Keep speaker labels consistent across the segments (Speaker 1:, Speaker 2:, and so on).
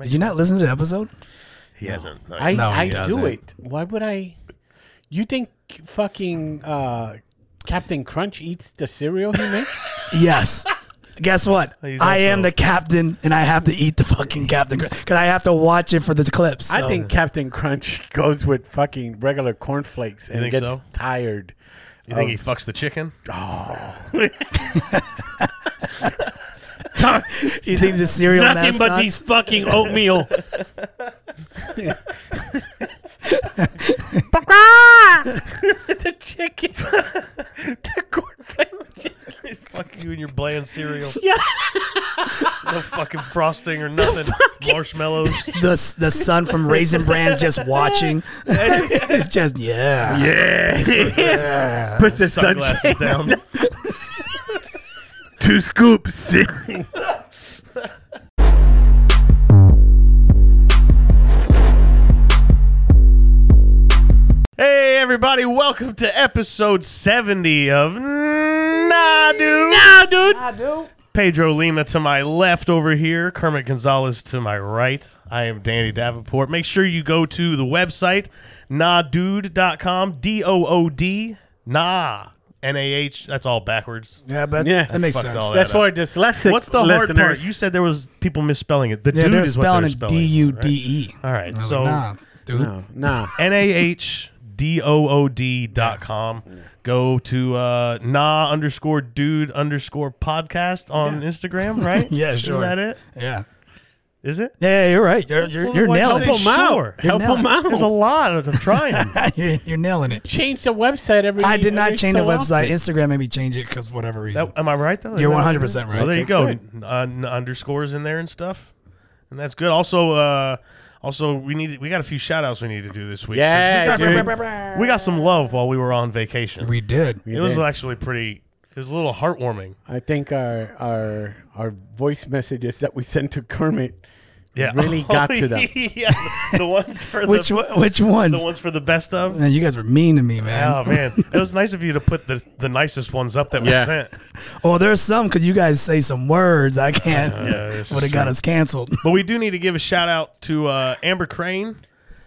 Speaker 1: Did you not listen to the episode?
Speaker 2: He hasn't. No,
Speaker 3: I,
Speaker 2: he-
Speaker 1: No, he
Speaker 3: I
Speaker 1: doesn't.
Speaker 3: do it. Why would I? You think fucking uh, Captain Crunch eats the cereal he makes?
Speaker 1: Yes. Guess what?
Speaker 2: He's
Speaker 1: I am
Speaker 2: also-
Speaker 1: the captain, and I have to eat the fucking captain because I have to watch it for the clips.
Speaker 3: I
Speaker 1: so-
Speaker 3: think Captain Crunch goes with fucking regular cornflakes and
Speaker 4: think
Speaker 3: gets
Speaker 4: so?
Speaker 3: tired.
Speaker 4: You
Speaker 3: Oh.
Speaker 4: think he fucks the chicken?
Speaker 1: you think the cereal
Speaker 2: Nothing but
Speaker 1: mascots-
Speaker 2: these fucking oatmeal. the chicken. the cornflake.
Speaker 4: Fuck you and your bland cereal. no fucking frosting or nothing. Marshmallows.
Speaker 1: the the son from Raisin Brands just watching. it's just yeah.
Speaker 3: Puts the
Speaker 4: Sunglasses down.
Speaker 3: two scoops.
Speaker 4: Hey everybody, welcome to episode 70 of Nah Dude.
Speaker 1: I do.
Speaker 4: Pedro Lima to my left over here, Kermit Gonzalez to my right. I am Danny Davenport. Make sure you go to the website, nahdude.com, D O O D, nah, N A H. That's all backwards.
Speaker 1: Yeah, but
Speaker 3: Yeah.
Speaker 1: that makes
Speaker 4: Fucked
Speaker 1: sense.
Speaker 4: all
Speaker 3: That's
Speaker 4: that up.
Speaker 3: for dyslexic.
Speaker 4: What's the hard part?
Speaker 3: listeners.
Speaker 4: You said there was people misspelling it. The
Speaker 1: Yeah,
Speaker 4: dude
Speaker 1: they're
Speaker 4: is what
Speaker 1: spelling
Speaker 4: they're
Speaker 1: it
Speaker 4: spelling.
Speaker 1: D U D E.
Speaker 4: All right,
Speaker 1: I was
Speaker 4: so
Speaker 1: like, nah, dude.
Speaker 3: Nah.
Speaker 4: N A H D O O D dot com. Go to uh, nah underscore dude underscore podcast on Instagram, right?
Speaker 1: Yeah, sure.
Speaker 4: Is that it?
Speaker 1: Yeah.
Speaker 4: Is it?
Speaker 1: Yeah, you're right. You're you're, you're
Speaker 4: Why'd you
Speaker 1: nailing
Speaker 4: say
Speaker 1: it.
Speaker 3: Help 'em out.
Speaker 4: sure?
Speaker 1: You're
Speaker 3: Help him
Speaker 1: nailing
Speaker 3: out.
Speaker 4: There's a lot of them trying.
Speaker 1: you're, you're nailing it.
Speaker 3: Change the website every.
Speaker 1: I did not
Speaker 3: every
Speaker 1: change the
Speaker 3: so
Speaker 1: website.
Speaker 3: often.
Speaker 1: Instagram made me change it because whatever reason.
Speaker 4: That- am I right though?
Speaker 1: You're
Speaker 4: Is
Speaker 1: 100%
Speaker 4: that-
Speaker 1: right.
Speaker 4: So there you
Speaker 3: Okay,
Speaker 4: go.
Speaker 3: good.
Speaker 4: N- un- underscores in there and stuff, and that's good. Also, uh, also we need we got a few shout outs we need to do this week. 'cause
Speaker 3: Yeah,
Speaker 4: we
Speaker 3: dude.
Speaker 4: got, some, we got some love while we were on vacation.
Speaker 1: We did.
Speaker 4: it was
Speaker 3: did.
Speaker 4: actually pretty. It was a little heartwarming.
Speaker 3: I think our our our voice messages that we sent to Kermit
Speaker 4: Yeah,
Speaker 3: really got to them.
Speaker 4: yeah, the ones for
Speaker 1: Which
Speaker 4: the,
Speaker 1: one- which ones?
Speaker 4: the ones for the best of.
Speaker 1: Man, you guys were mean to me, man.
Speaker 4: Oh man, it was nice of you to put the the nicest ones up that we
Speaker 3: Yeah.
Speaker 4: sent.
Speaker 1: Well, Oh, there's some because you guys say some words I can't.
Speaker 4: this is
Speaker 1: would have got
Speaker 4: true.
Speaker 1: us canceled.
Speaker 4: But we do need to give a shout out to uh, Amber Crane,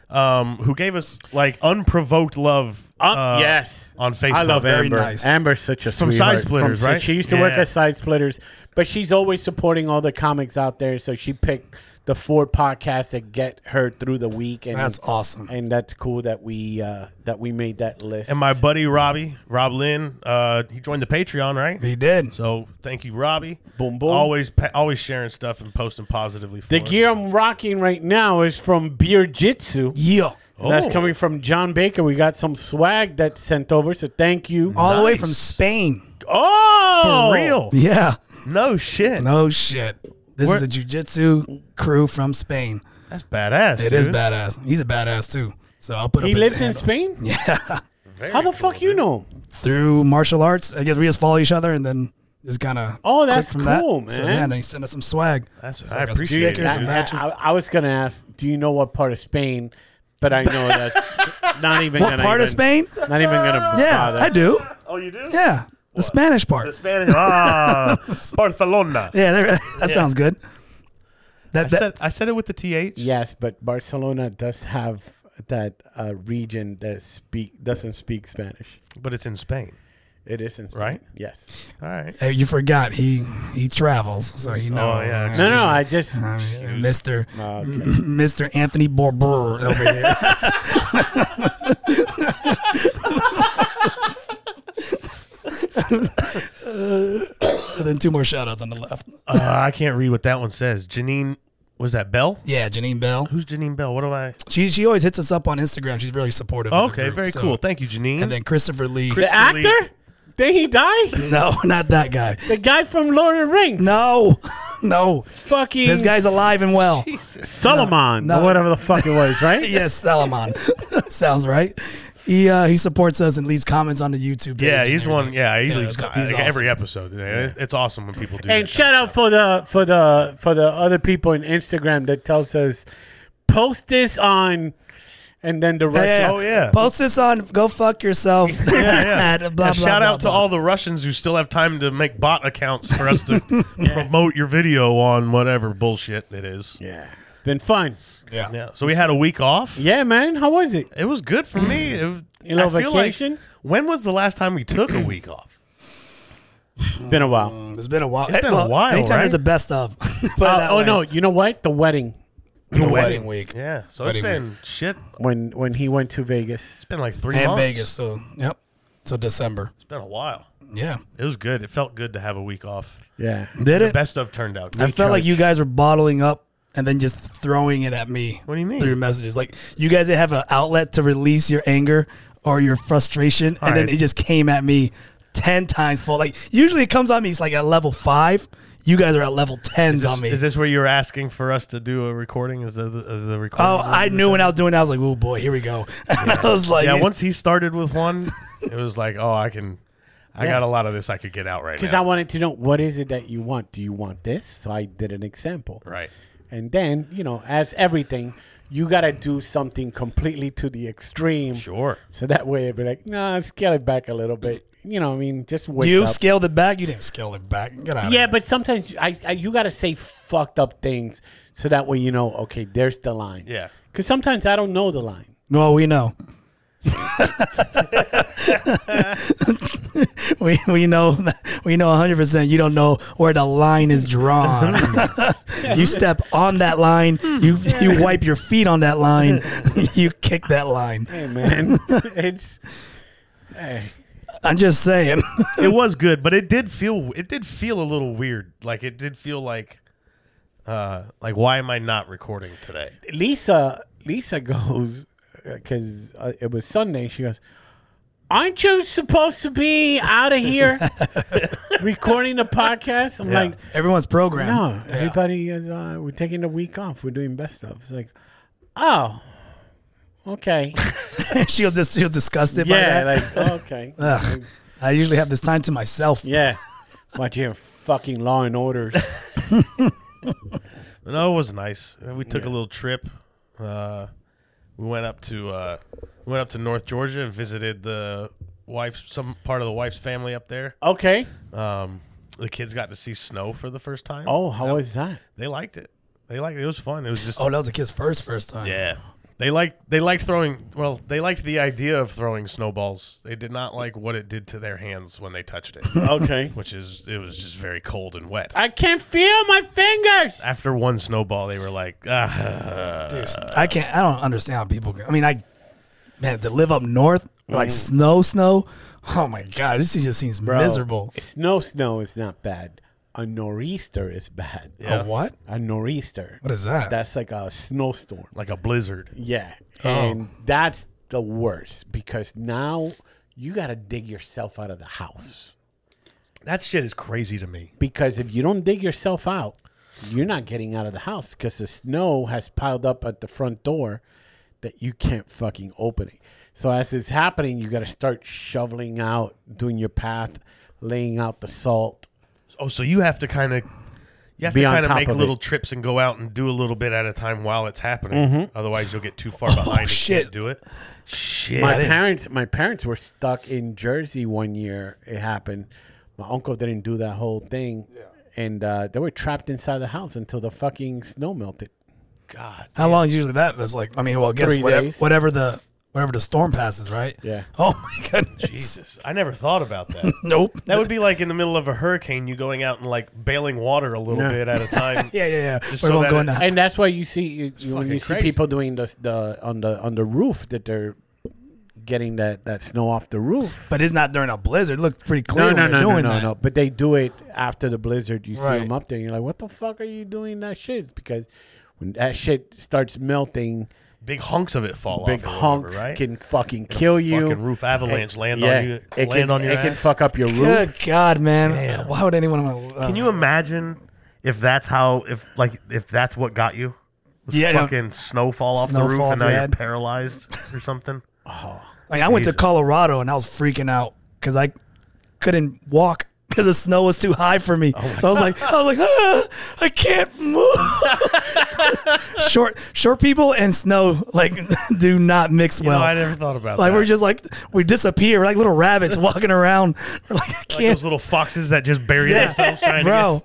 Speaker 4: um, who gave us like unprovoked love.
Speaker 3: Uh,
Speaker 4: uh,
Speaker 3: yes.
Speaker 4: on Facebook.
Speaker 3: I love
Speaker 1: Very
Speaker 3: Amber.
Speaker 1: nice.
Speaker 3: Amber's such a
Speaker 4: From
Speaker 3: sweetheart.
Speaker 4: Side Splitters,
Speaker 3: From-
Speaker 4: right?
Speaker 3: She used to work
Speaker 4: Yeah.
Speaker 3: at Side Splitters, but she's always supporting all the comics out there. So she picked the Ford podcast that get her through the week, and
Speaker 1: That's awesome.
Speaker 3: And that's cool that we uh, that we made that list.
Speaker 4: And my buddy Robbie, Rob Lynn, uh, he joined the Patreon, right?
Speaker 1: He did.
Speaker 4: So thank you, Robbie.
Speaker 3: Boom, boom.
Speaker 4: Always, pa- always sharing stuff and posting positively. For
Speaker 3: the
Speaker 4: us.
Speaker 3: gear I'm rocking right now is from Beer Jitsu.
Speaker 1: Yeah.
Speaker 3: That's
Speaker 4: Oh.
Speaker 3: coming from John Baker. We got some swag that's sent over, so thank you.
Speaker 1: All the way
Speaker 4: Nice.
Speaker 1: from Spain.
Speaker 3: Oh,
Speaker 4: For real?
Speaker 1: Yeah.
Speaker 4: No shit.
Speaker 1: No shit. This
Speaker 4: Where-
Speaker 1: is a jujitsu crew from Spain.
Speaker 4: That's badass.
Speaker 1: It
Speaker 4: dude.
Speaker 1: is badass. He's a badass too. So I'll put
Speaker 3: He
Speaker 1: up his
Speaker 3: lives in
Speaker 1: handle.
Speaker 3: Spain. Yeah. How the fuck you know? him?
Speaker 1: through martial arts. I guess we just follow each other and then just kind of.
Speaker 3: Oh, that's
Speaker 1: from that.
Speaker 3: cool,
Speaker 1: So,
Speaker 3: man.
Speaker 1: yeah, and then he sent us some swag.
Speaker 4: That's,
Speaker 1: So
Speaker 4: I
Speaker 1: got some
Speaker 4: appreciate
Speaker 1: stickers
Speaker 4: it.
Speaker 1: and
Speaker 4: dude.
Speaker 1: that. matches.
Speaker 3: I, I was gonna ask, do you know what part of Spain? But I know that's not even
Speaker 1: What
Speaker 3: gonna
Speaker 1: part of Spain?
Speaker 3: even- Not even gonna
Speaker 1: Yeah,
Speaker 3: bother.
Speaker 1: I do.
Speaker 4: Oh, you do?
Speaker 1: Yeah, the Spanish part.
Speaker 4: The Spanish. Ah, Barcelona.
Speaker 1: yeah, there, that sounds good.
Speaker 4: I
Speaker 1: That, that
Speaker 4: said, I said it with the th.
Speaker 3: Yes, but Barcelona does have that uh, region that speak doesn't speak Spanish.
Speaker 4: but it's in Spain.
Speaker 3: It isn't
Speaker 4: Right?
Speaker 3: Yes.
Speaker 4: All right.
Speaker 1: hey, you forgot he he travels, so Uh, he knows.
Speaker 4: Oh, yeah,
Speaker 3: No, no. I just
Speaker 1: I mean, Mr. Mr. uh, Anthony Barber over here. and then two more shout outs on the left.
Speaker 4: Uh, I can't read what that one says. Janine, was that Bell?
Speaker 1: Yeah, Janine Bell.
Speaker 4: Who's Janine Bell? What am I?
Speaker 1: She she always hits us up on Instagram. She's really supportive. of the
Speaker 4: okay,
Speaker 1: group,
Speaker 4: very
Speaker 1: so-
Speaker 4: cool. Thank you, Janine.
Speaker 1: And then Christopher Lee.
Speaker 3: the actor. Did he die?
Speaker 1: no, not that guy.
Speaker 3: The guy from Lord of the Rings.
Speaker 1: No, no.
Speaker 3: Fucking
Speaker 1: This guy's alive and
Speaker 4: Oh.
Speaker 1: well.
Speaker 3: Solomon,
Speaker 1: No, no.
Speaker 3: or whatever the fuck it was, right?
Speaker 1: yes, Salomon. Sounds right. He uh, he supports us and leaves commenps on the YouTube. Page
Speaker 4: yeah,
Speaker 1: and
Speaker 4: he's
Speaker 1: everything.
Speaker 4: one. Yeah, he
Speaker 1: Yeah,
Speaker 4: leaves
Speaker 1: that's-
Speaker 4: co-
Speaker 1: he's
Speaker 4: like, every episode. Yeah, It's awesome when people do.
Speaker 3: And
Speaker 4: that.
Speaker 3: shout out for the for the for the other people on Instagram that tells us post this on, and then the rest.
Speaker 1: Yeah,
Speaker 4: Oh, yeah.
Speaker 1: Post this on Go Fuck Yourself.
Speaker 4: yeah.
Speaker 1: At blah, blah,
Speaker 4: And shout
Speaker 1: blah,
Speaker 4: out to
Speaker 1: blah.
Speaker 4: all the Russians who still have time to make bot accounts for us to promote your video on whatever bullshit it is.
Speaker 3: yeah. been fun.
Speaker 4: Yeah. So we had a week off.
Speaker 3: Yeah, man. How was it?
Speaker 4: It was good for me.
Speaker 1: Mm.
Speaker 4: It, was-
Speaker 3: You know,
Speaker 4: I feel like-
Speaker 3: vacation?
Speaker 4: when was the last time we took a week off?
Speaker 3: Been a while.
Speaker 1: It's been a while.
Speaker 4: It's been a while,
Speaker 1: Anytime
Speaker 4: right?
Speaker 1: there's a best of. Put it that
Speaker 3: oh
Speaker 1: way.
Speaker 3: no, you know what? The wedding
Speaker 5: The wedding week.
Speaker 4: Yeah. So
Speaker 5: Wedding
Speaker 4: it's been shit. It's
Speaker 3: when when he went to Vegas.
Speaker 4: been like three
Speaker 5: and
Speaker 4: months.
Speaker 5: Vegas. So yep. So December.
Speaker 4: It's been a while.
Speaker 5: Yeah.
Speaker 4: It was good. It felt good to have a week off.
Speaker 3: Yeah.
Speaker 1: Did
Speaker 4: The
Speaker 1: it?
Speaker 4: best of turned out.
Speaker 1: I
Speaker 4: good.
Speaker 1: felt like you guys were bottling up and then just throwing it at me.
Speaker 4: What do you mean?
Speaker 1: Through messages. Like you guys didn't have an outlet to release your anger or your frustration. and then
Speaker 4: right.
Speaker 1: it just came at me 10 times full. Like usually it comes on me, it's like at level five. You guys are at level 10s
Speaker 4: Is this,
Speaker 1: on me.
Speaker 4: is this where you were asking for us to do a recording? Is the, the, the recording?
Speaker 1: oh, I knew when I was doing that. I was like, oh boy, here we go. And I was like,
Speaker 4: Yeah, once he started with one, it was like, oh, I can, I got a lot of this I could get out right
Speaker 3: Because
Speaker 4: now.
Speaker 3: I wanted to know what is it that you want? Do you want this? So I did an example.
Speaker 4: right.
Speaker 3: And then, you know, as everything, you gotta do something completely to the extreme.
Speaker 4: Sure.
Speaker 3: So that way it'd be like, nah, scale it back a little bit. You know, I mean, just wake
Speaker 1: you
Speaker 3: up.
Speaker 1: scaled it back. You didn't scale it back. Get out of
Speaker 3: yeah,
Speaker 1: here.
Speaker 3: but sometimes you- I, I you gotta say fucked up things so that way you know, okay, there's the line.
Speaker 4: Yeah.
Speaker 3: Because sometimes I don't know the line.
Speaker 1: Well, we know. we we know we know 100 percent you don't know where the line is drawn. you step on that line, you you wipe your feet on that line, you kick that line.
Speaker 3: Hey man, it's hey.
Speaker 1: I'm just saying.
Speaker 4: it was good, but it did feel it did feel a little weird. Like it did feel like, uh, like why am I not recording today?
Speaker 3: Lisa Lisa goes because uh, it was Sunday. She goes, "Aren't you supposed to be out of here recording the podcast?" I'm like,
Speaker 1: Everyone's programmed.
Speaker 3: "No, everybody is. Uh, we're taking the week off. We're doing best of." It's like, "Oh, okay,
Speaker 1: she'll just she'll disgusted by
Speaker 3: yeah,
Speaker 1: that.
Speaker 3: like okay,
Speaker 1: Ugh. I usually have this time to myself.
Speaker 3: yeah." Watching fucking Law and Order.
Speaker 4: No, it was nice. We took a little trip. Uh, we went up to uh, we went up to North Georgia and visited the wife's some part of the wife's family up there.
Speaker 3: Okay.
Speaker 4: Um, the kids got to see snow for the first time.
Speaker 3: Oh, how was that?
Speaker 4: they liked it. They liked it. It was fun. It was just
Speaker 1: Oh, that was a kid's first first time.
Speaker 4: yeah. They liked they liked throwing. Well, they liked the idea of throwing snowballs. They did not like what it did to their hands when they touched it,
Speaker 3: Okay.
Speaker 4: which is it was just very cold and wet.
Speaker 3: I can't feel my fingers.
Speaker 4: After one snowball, they were like, ah.
Speaker 1: Dude, I can't. I don't understand how people. Can, I mean, I man to live up north like snow, snow. Oh my god, this just seems miserable.
Speaker 3: Snow, snow is not bad. A nor'easter is bad.
Speaker 4: Yeah.
Speaker 1: A what?
Speaker 3: A nor'easter.
Speaker 1: What is that?
Speaker 3: That's like a snowstorm.
Speaker 4: like a blizzard.
Speaker 3: Yeah. And that's the worst because now you got to dig yourself out of the house.
Speaker 4: That shit is crazy to me.
Speaker 3: Because if you don't dig yourself out, you're not getting out of the house because the snow has piled up at the front door that you can't fucking open it. So as it's happening, you got to start shoveling out, doing your path, laying out the salt.
Speaker 4: Oh, so you have to kind of you have
Speaker 3: Be
Speaker 4: to
Speaker 3: on
Speaker 4: kind of
Speaker 3: top
Speaker 4: make
Speaker 3: of
Speaker 4: little
Speaker 3: it.
Speaker 4: trips and go out and do a little bit at a time while it's happening.
Speaker 3: Mm-hmm.
Speaker 4: Otherwise, you'll get too far
Speaker 3: Oh,
Speaker 4: behind and
Speaker 1: shit.
Speaker 4: can't do it. Shit.
Speaker 3: my parents my parents were stuck in jersey one year it happened my uncle didn't do that whole thing and uh, they were trapped inside the house until the fucking snow melted
Speaker 4: God.
Speaker 1: how long is usually that? That's like. I mean, well, I guess
Speaker 3: Three
Speaker 1: whatever,
Speaker 3: days.
Speaker 1: whatever the whatever the storm passes, right?
Speaker 3: Yeah.
Speaker 1: Oh my goodness.
Speaker 4: Jesus. I never thought about that.
Speaker 1: Nope.
Speaker 4: That would be like in the middle of a hurricane, you going out and like bailing water a little
Speaker 3: Yeah.
Speaker 4: bit at a time.
Speaker 1: Yeah, yeah, yeah.
Speaker 4: Just
Speaker 1: We're
Speaker 4: so
Speaker 1: going
Speaker 4: that
Speaker 1: go
Speaker 4: it-
Speaker 1: now.
Speaker 3: and that's why you see you, you- when
Speaker 4: fucking
Speaker 3: you see
Speaker 4: crazy.
Speaker 3: people doing this the on the on the roof that they're getting that that snow off the roof
Speaker 1: But it's not during a blizzard. It looks pretty clear
Speaker 3: no no
Speaker 1: when
Speaker 3: no
Speaker 1: they're
Speaker 3: no
Speaker 1: doing
Speaker 3: no,
Speaker 1: that.
Speaker 3: no but they do it after the blizzard you see
Speaker 1: Right.
Speaker 3: them up there and you're like what the fuck are you doing that shit it's because when that shit starts melting
Speaker 4: Big hunks of it fall
Speaker 3: big
Speaker 4: off. or
Speaker 3: hunks
Speaker 4: whatever, right?
Speaker 3: can fucking kill you
Speaker 4: Fucking roof avalanche land on you.
Speaker 3: It
Speaker 4: land
Speaker 3: can,
Speaker 4: on your
Speaker 3: it can
Speaker 4: ass.
Speaker 3: fuck up your roof.
Speaker 1: Good God, man! Why would anyone uh, want to?
Speaker 4: Can you imagine if that's how if like if that's what got you? Was
Speaker 1: Yeah, no.
Speaker 4: fucking snowfall off the roof
Speaker 1: Snowfall
Speaker 4: and now you're
Speaker 1: bad.
Speaker 4: paralyzed or something.
Speaker 1: Like I went to
Speaker 4: Jesus.
Speaker 1: Colorado and I was freaking out because I couldn't walk. because the snow was too high for me. so I was like, I was like, ah, I can't move. short, short people and snow like do not mix
Speaker 4: No,
Speaker 1: well.
Speaker 4: I never thought about
Speaker 1: like
Speaker 4: that.
Speaker 1: we're just like we disappear. We're like little rabbits walking around. We're like I
Speaker 4: like
Speaker 1: can't.
Speaker 4: those little foxes that just bury themselves trying
Speaker 1: Bro,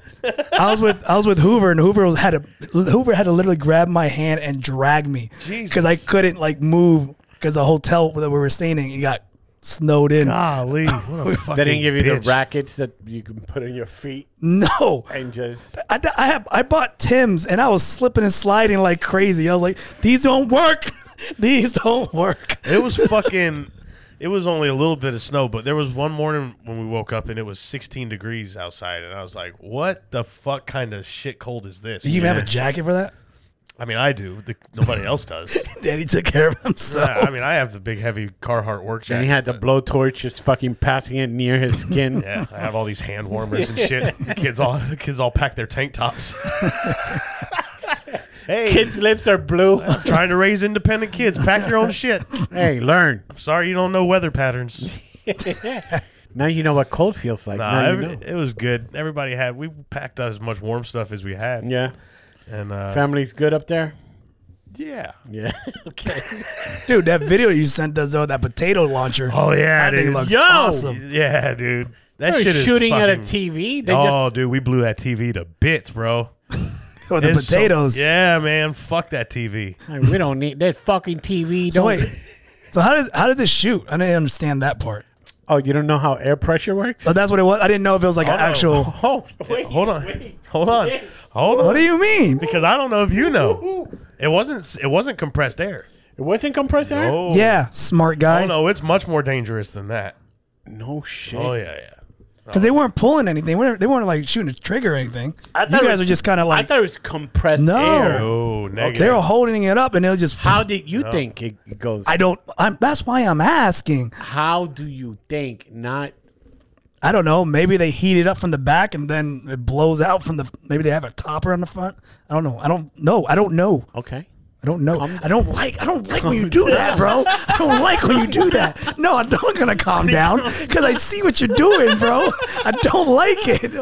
Speaker 1: I was with I was with Hoover, and Hoover was, had to Hoover had to literally grab my hand and drag me because I couldn't like move because the hotel that we were staying in it got snowed in.
Speaker 4: to get. Golly, what a fucking
Speaker 3: They didn't give you
Speaker 4: bitch.
Speaker 3: the rackets that you can put on your feet
Speaker 1: No,
Speaker 3: and just.
Speaker 1: I, d- I have I bought Tim's and I was slipping and sliding like crazy. I was like, these don't work. these don't work.
Speaker 4: It was fucking. It was only a little bit of snow, but there was one morning when we woke up and it was 16 degrees outside, and I was like, "What the fuck kind of shit cold is this?"
Speaker 1: Do you even
Speaker 4: Yeah.
Speaker 1: have a jacket for that?
Speaker 4: I mean, I do. The, nobody else does.
Speaker 1: Daddy took care of
Speaker 4: Yeah,
Speaker 1: himself.
Speaker 4: I mean, I have the big heavy Carhartt work jacket.
Speaker 3: And he had the blowtorch just fucking passing it near his skin.
Speaker 4: Yeah, I have all these hand warmers and shit. kids all kids all pack their tank tops. hey,
Speaker 3: His lips are blue.
Speaker 4: trying to raise independent kids, pack your own shit.
Speaker 3: hey, learn.
Speaker 4: Sorry, you don't know weather patterns.
Speaker 3: Now you know what cold feels like.
Speaker 4: Nah,
Speaker 3: now you
Speaker 4: every-
Speaker 3: know.
Speaker 4: it was good. Everybody had we packed out as much warm stuff as we had.
Speaker 3: Yeah.
Speaker 4: and uh,
Speaker 3: Family's good up there?
Speaker 4: yeah.
Speaker 3: Yeah. okay.
Speaker 1: Dude, that video you sent us though, that potato launcher.
Speaker 4: Oh yeah,
Speaker 1: that thing
Speaker 4: dude.
Speaker 1: looks
Speaker 3: Yo!
Speaker 1: awesome.
Speaker 4: yeah, dude. That
Speaker 3: They're
Speaker 4: shit is
Speaker 3: shooting at a
Speaker 4: fucking-
Speaker 3: TV. They
Speaker 4: Oh,
Speaker 3: just,
Speaker 4: dude, we blew that TV to bits, bro.
Speaker 1: With the
Speaker 4: It's so-
Speaker 1: potatoes.
Speaker 4: yeah, man. Fuck that TV.
Speaker 3: Like, we don't need that fucking TV.
Speaker 1: So
Speaker 3: don't-
Speaker 1: wait, so how did how did this shoot? I didn't understand that part.
Speaker 3: Oh, you don't know how air pressure works?
Speaker 1: So that's what it was. I didn't know if it was like an
Speaker 4: no.
Speaker 1: actual.
Speaker 3: Oh, wait.
Speaker 4: Hold on. Hold on. Hold on.
Speaker 1: What do you mean?
Speaker 4: because I don't know if you know. It wasn't it wasn't compressed air.
Speaker 3: It wasn't compressed air?
Speaker 4: Oh
Speaker 1: Yeah, smart
Speaker 4: Oh
Speaker 1: guy.
Speaker 4: no, it's much more dangerous than that.
Speaker 3: No shit.
Speaker 4: Oh yeah, yeah.
Speaker 1: Because they weren't pulling anything. They weren't, they weren't like shooting a trigger or anything.
Speaker 3: I
Speaker 1: You
Speaker 3: thought it
Speaker 1: guys
Speaker 3: was-
Speaker 1: were just kind of
Speaker 3: I
Speaker 1: like
Speaker 3: thought it was compressed
Speaker 1: No.
Speaker 3: air.
Speaker 4: Oh, negative.
Speaker 1: they were holding it up, and it was just.
Speaker 3: How did you think it goes?
Speaker 1: I don't. I'm, that's why I'm asking.
Speaker 3: how do you think not
Speaker 1: I don't know. Maybe they heat it up from the back, and then it blows out from the. Maybe they have a topper on the front. I don't know. I don't know. I don't know.
Speaker 3: okay?
Speaker 1: I don't know. I don't like. I don't like when you do that, bro. I don't like when you do that. No, I'm not gonna calm down because I see what you're doing, bro. I don't like it.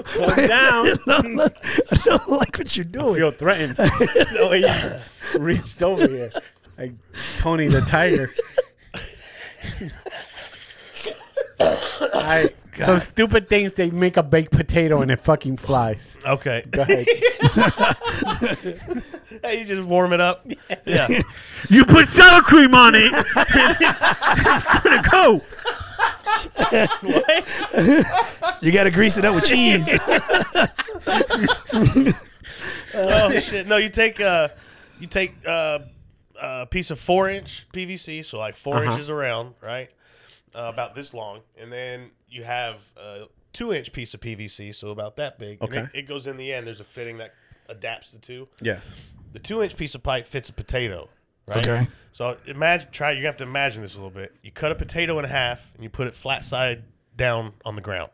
Speaker 3: down.
Speaker 1: No, I don't like what you're
Speaker 3: Feel
Speaker 1: doing.
Speaker 3: threatened.
Speaker 4: Oh,
Speaker 3: no, he reached over here like Tony the Tiger. All right. So stupid things they make a baked potato and it fucking flies.
Speaker 4: Okay.
Speaker 3: Go ahead.
Speaker 4: you just warm it up. Yeah.
Speaker 3: you put sour cream on it. it's gonna go.
Speaker 1: You gotta grease it up with cheese.
Speaker 4: oh shit. No, you take uh you take uh a piece of four inch PVC, so like 4 inches around, right? Uh, about this long, and then you have a two inch piece of PVC, so about that big. And
Speaker 3: Okay.
Speaker 4: it, it goes in the end. There's a fitting that adapts the two.
Speaker 3: Yeah.
Speaker 4: the two inch piece of pipe fits a potato, right?
Speaker 1: Okay.
Speaker 4: So imagine, try, you have to imagine this a little bit. You cut a potato in half and you put it flat side down on the ground,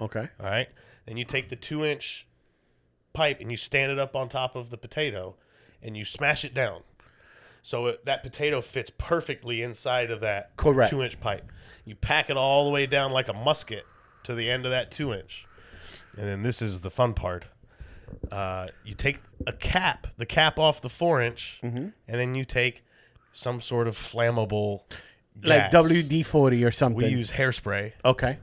Speaker 3: Okay.
Speaker 4: all right? Then you take the two inch pipe and you stand it up on top of the potato and you smash it down. So it, that potato fits perfectly inside of that
Speaker 3: Correct.
Speaker 4: two inch pipe. You pack it all the way down like a musket to the end of that two inch. And then this is the fun part uh, you take a cap, the cap off the four inch,
Speaker 3: Mm-hmm.
Speaker 4: and then you take some sort of flammable,
Speaker 3: Like
Speaker 4: gas.
Speaker 3: WD forty or something.
Speaker 4: We use hairspray.
Speaker 3: okay.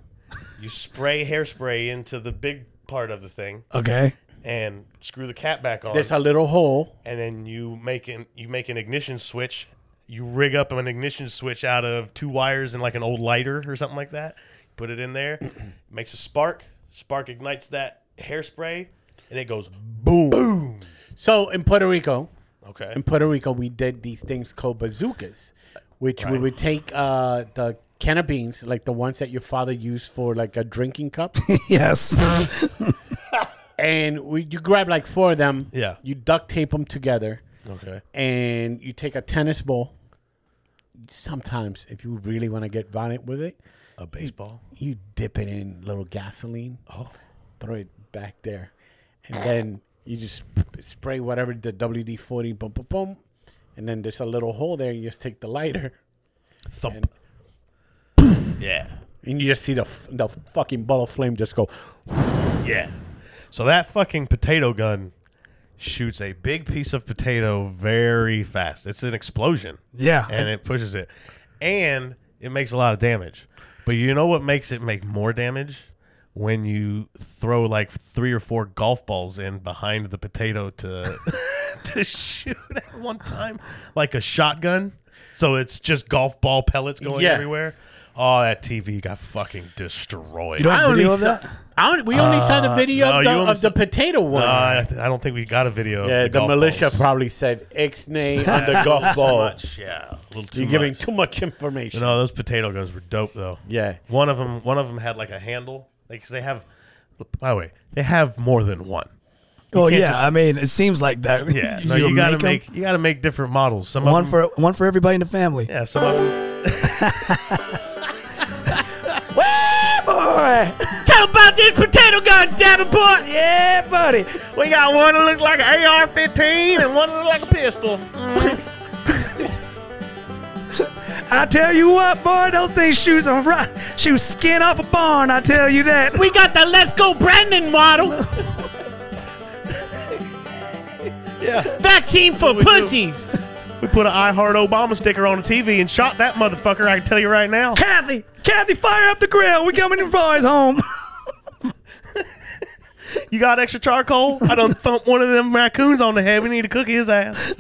Speaker 4: You spray hairspray into the big part of the thing,
Speaker 1: Okay.
Speaker 4: and screw the cap back on,
Speaker 3: There's a little hole.
Speaker 4: and then you make an you make an ignition switch. You rig up an ignition switch out of two wires and like an old lighter or something like that. Put it in there, makes a spark. Spark ignites that hairspray, and it goes boom. Boom.
Speaker 3: So in Puerto Rico,
Speaker 4: Okay.
Speaker 3: in Puerto Rico, we did these things called bazookas, which we would take uh, the can of beans, like the ones that your father used for like a drinking cup,
Speaker 1: Yes.
Speaker 3: and we, you grab like four of them.
Speaker 4: Yeah.
Speaker 3: You duct tape them together,
Speaker 4: Okay.
Speaker 3: and you take a tennis ball. Sometimes, if you really want to get violent with it,
Speaker 4: A baseball.
Speaker 3: you dip it in a little gasoline. Oh. Throw it back there. And then you just p- spray whatever the WD 40, boom, boom, boom. And then there's a little hole there. You just take the lighter.
Speaker 4: Thump.
Speaker 3: And-
Speaker 4: yeah.
Speaker 3: and you just see the f- the fucking ball of flame just go.
Speaker 4: Yeah. So that fucking potato gun shoots a big piece of potato very fast. It's an explosion.
Speaker 1: Yeah.
Speaker 4: And it pushes it. And it makes a lot of damage. But you know what makes it make more damage? When you throw like three or four golf balls in behind the potato to to shoot at one time, like a shotgun. So it's just golf ball pellets going
Speaker 3: Yeah.
Speaker 4: everywhere. Oh, that TV got fucking destroyed.
Speaker 1: You don't have video of
Speaker 3: saw-
Speaker 1: that?
Speaker 3: I only, we only saw the video
Speaker 4: Uh, no,
Speaker 3: of,
Speaker 4: you
Speaker 3: the,
Speaker 4: only
Speaker 3: of the
Speaker 4: saw-
Speaker 3: potato one.
Speaker 4: Uh, I th- I don't think we got a video.
Speaker 3: yeah,
Speaker 4: of
Speaker 3: the,
Speaker 4: the, golf
Speaker 3: militia
Speaker 4: balls.
Speaker 3: probably said Ixnay on the golf
Speaker 4: Too
Speaker 3: ball.
Speaker 4: much, yeah, a little too
Speaker 3: You're giving
Speaker 4: much.
Speaker 3: too much information.
Speaker 4: no, those potato guns were dope though.
Speaker 3: Yeah.
Speaker 4: one of them, one of them had like a handle, like 'cause they have. By the way, they have more than one.
Speaker 1: Well,
Speaker 4: can't
Speaker 1: yeah.
Speaker 4: just-
Speaker 1: I mean, it seems like that.
Speaker 4: Yeah, no, you, gotta
Speaker 1: 'em
Speaker 4: make, you gotta make different models. Some
Speaker 1: one
Speaker 4: of them,
Speaker 1: for one for everybody in the family.
Speaker 4: yeah, some of them,
Speaker 1: Boy,
Speaker 2: Tell about this potato gun, Davenport.
Speaker 1: yeah, buddy.
Speaker 4: we got one that looks like an AR-15 and one that looks like a pistol.
Speaker 1: I tell you what, boy, those things shoes are right. Shoes skin off a barn. I tell you that.
Speaker 2: We got the Let's Go Brandon model.
Speaker 4: Yeah,
Speaker 2: Vaccine for pussies.
Speaker 4: we put an I Heart Obama sticker on the TV and shot that motherfucker. I can tell you right now.
Speaker 1: Kathy, Kathy, fire up the grill. We coming to Roy's home.
Speaker 4: You got extra charcoal? I done thumped one of them raccoons on the head. We need to cook his ass.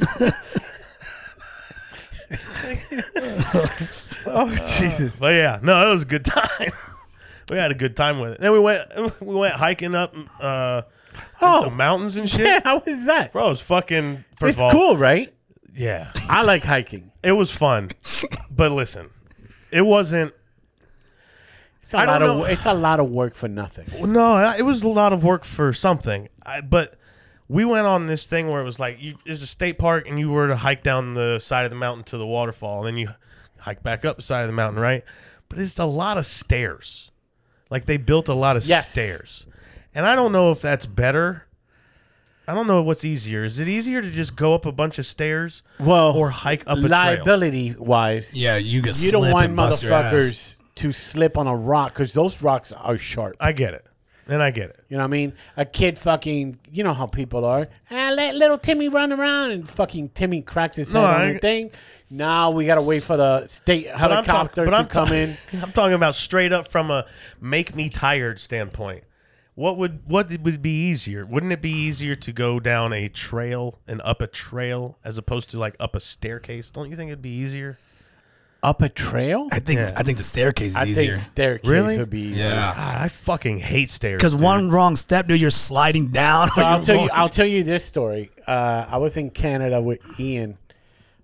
Speaker 4: oh Jesus! But yeah, no, it was a good time. We had a good time with it. Then we went we went hiking up uh,
Speaker 3: Oh.
Speaker 4: some mountains and shit.
Speaker 3: Yeah, how is that?
Speaker 4: Bro, it was fucking. First
Speaker 3: It's
Speaker 4: of all,
Speaker 3: cool, right?
Speaker 4: Yeah,
Speaker 3: I like hiking.
Speaker 4: it was fun. but listen, it wasn't.
Speaker 3: It's a
Speaker 4: I don't
Speaker 3: lot of
Speaker 4: know.
Speaker 3: it's a lot of work for nothing.
Speaker 4: No, it was a lot of work for something. I, but we went on this thing where it was like you, there's a state park, and you were to hike down the side of the mountain to the waterfall, and then you hike back up the side of the mountain, right? But it's a lot of stairs. Like they built a lot of
Speaker 3: Yes.
Speaker 4: stairs, and I don't know if that's better. I don't know what's easier. Is it easier to just go up a bunch of stairs,
Speaker 3: Well,
Speaker 4: or hike up a trail?
Speaker 3: liability wise,
Speaker 5: Yeah, you can
Speaker 3: you
Speaker 5: slip
Speaker 3: don't want
Speaker 5: and bust your ass.
Speaker 3: motherfuckers to slip on a rock because those rocks are sharp.
Speaker 4: I get it, and I get it.
Speaker 3: You know what I mean? A kid fucking, you know how people are. I let little Timmy run around and fucking Timmy cracks his head
Speaker 4: No,
Speaker 3: on
Speaker 4: I-
Speaker 3: the thing. Now we gotta wait for the state
Speaker 4: I'm talk-
Speaker 3: helicopter
Speaker 4: but I'm
Speaker 3: to come
Speaker 4: ta-
Speaker 3: in.
Speaker 4: I'm talking about straight up from a make me tired standpoint. What would what would be easier? Wouldn't it be easier to go down a trail and up a trail as opposed to like up a staircase? Don't you think it'd be easier?
Speaker 3: Up a trail?
Speaker 5: I think
Speaker 4: Yeah.
Speaker 5: I think the staircase is
Speaker 3: I
Speaker 5: easier.
Speaker 3: think staircase
Speaker 4: Really?
Speaker 3: would be easier.
Speaker 5: yeah.
Speaker 4: God, I fucking hate stairs.
Speaker 1: Because
Speaker 4: dude.
Speaker 1: one wrong step, dude, you're sliding down.
Speaker 3: So I'll tell you. I'll tell you this story. Uh, I was in Canada with Ian,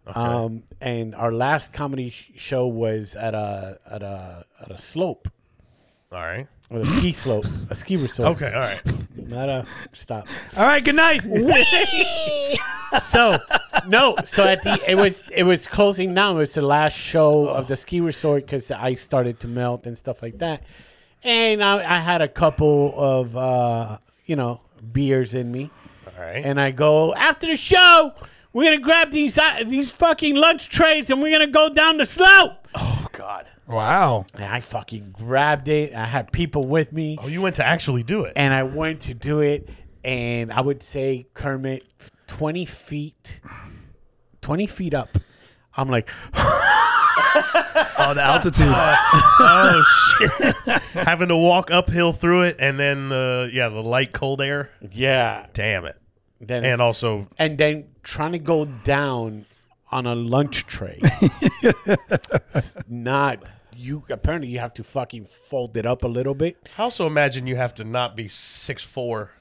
Speaker 3: um, and our last comedy sh- show was at a at a at a slope,
Speaker 4: all right.
Speaker 3: or a ski slope, a ski resort.
Speaker 4: Okay, all right.
Speaker 3: not a stop.
Speaker 1: All right, good night.
Speaker 3: So no. So at the it was it was closing down. It was the last show of the ski resort because the ice started to melt and stuff like that. And I, I had a couple of uh, you know beers in me.
Speaker 4: All right.
Speaker 3: and I go after the show. We're gonna grab these uh, these fucking lunch trays and we're gonna go down the slope.
Speaker 4: oh god.
Speaker 5: Wow.
Speaker 3: And I fucking grabbed it. I had people with me,
Speaker 4: Oh, you went to actually do it.
Speaker 3: and I went to do it. And I would say Kermit, twenty feet, twenty feet up. I'm like,
Speaker 1: oh, the altitude.
Speaker 4: oh shit. Having to walk uphill through it and then the yeah, the light cold air.
Speaker 3: yeah.
Speaker 4: Damn it.
Speaker 3: Then
Speaker 4: And also
Speaker 3: and then trying to go down on a lunch tray. It's not you. Apparently, you have to fucking fold it up a little bit.
Speaker 4: I also imagine you have to not be six four.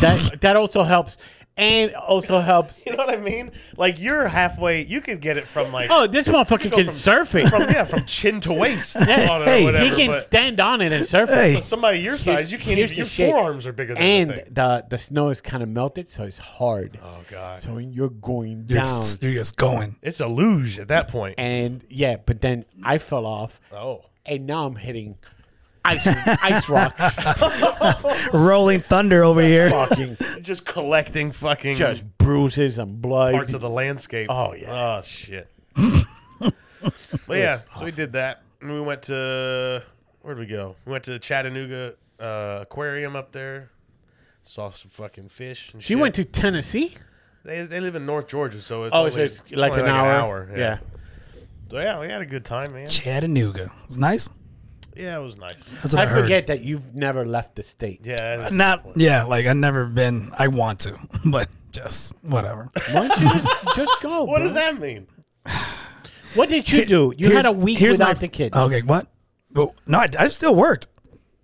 Speaker 3: That that also helps, and also helps.
Speaker 4: You know what I mean? Like you're halfway. You could get it from like
Speaker 3: Oh, this motherfucker can surf it.
Speaker 4: from yeah from chin to waist. on it or
Speaker 1: Hey,
Speaker 4: whatever,
Speaker 3: he can
Speaker 4: but
Speaker 3: stand on it and surf
Speaker 1: Hey.
Speaker 3: it.
Speaker 4: somebody your size,
Speaker 3: Here's-
Speaker 4: you can't.
Speaker 3: here's
Speaker 4: Even, your
Speaker 3: the shit.
Speaker 4: forearms are bigger than
Speaker 3: And
Speaker 4: the thing.
Speaker 3: the the snow is kind of melted, so it's hard.
Speaker 4: Oh god,
Speaker 3: So when you're going
Speaker 5: You're
Speaker 3: down,
Speaker 5: just, you're just going.
Speaker 4: it's a luge at that point.
Speaker 3: and yeah, but then I fell off,
Speaker 4: oh,
Speaker 3: and now I'm hitting ice ice rocks,
Speaker 1: Rolling thunder over here.
Speaker 3: fucking
Speaker 4: just collecting fucking
Speaker 3: just bruises and blood.
Speaker 4: parts of the landscape.
Speaker 3: Oh, yeah.
Speaker 4: Oh shit. but yeah, so we did that, and we went to where'd we go? We went to the Chattanooga uh, aquarium up there. Saw some fucking fish. And
Speaker 3: She
Speaker 4: shit.
Speaker 3: went to Tennessee.
Speaker 4: They, they live in North Georgia, so it's
Speaker 3: Oh,
Speaker 4: only,
Speaker 3: so it's like
Speaker 4: only
Speaker 3: an hour.
Speaker 4: hour.
Speaker 3: Yeah.
Speaker 4: So yeah, we had a good time, man.
Speaker 1: Chattanooga. It was nice.
Speaker 4: Yeah, it was nice.
Speaker 1: That's what I,
Speaker 3: I
Speaker 1: heard.
Speaker 3: forget that you've never left the state.
Speaker 4: Yeah, that's-
Speaker 1: Not yeah, like I've never been. I want to, but just whatever.
Speaker 3: Why don't you just, just go?
Speaker 4: what
Speaker 3: bro?
Speaker 4: does that mean?
Speaker 3: What did you do? You
Speaker 1: Here's-
Speaker 3: had a week
Speaker 1: here's
Speaker 3: without
Speaker 1: my-
Speaker 3: the kids.
Speaker 1: Okay, what? Well, no, I, I still worked.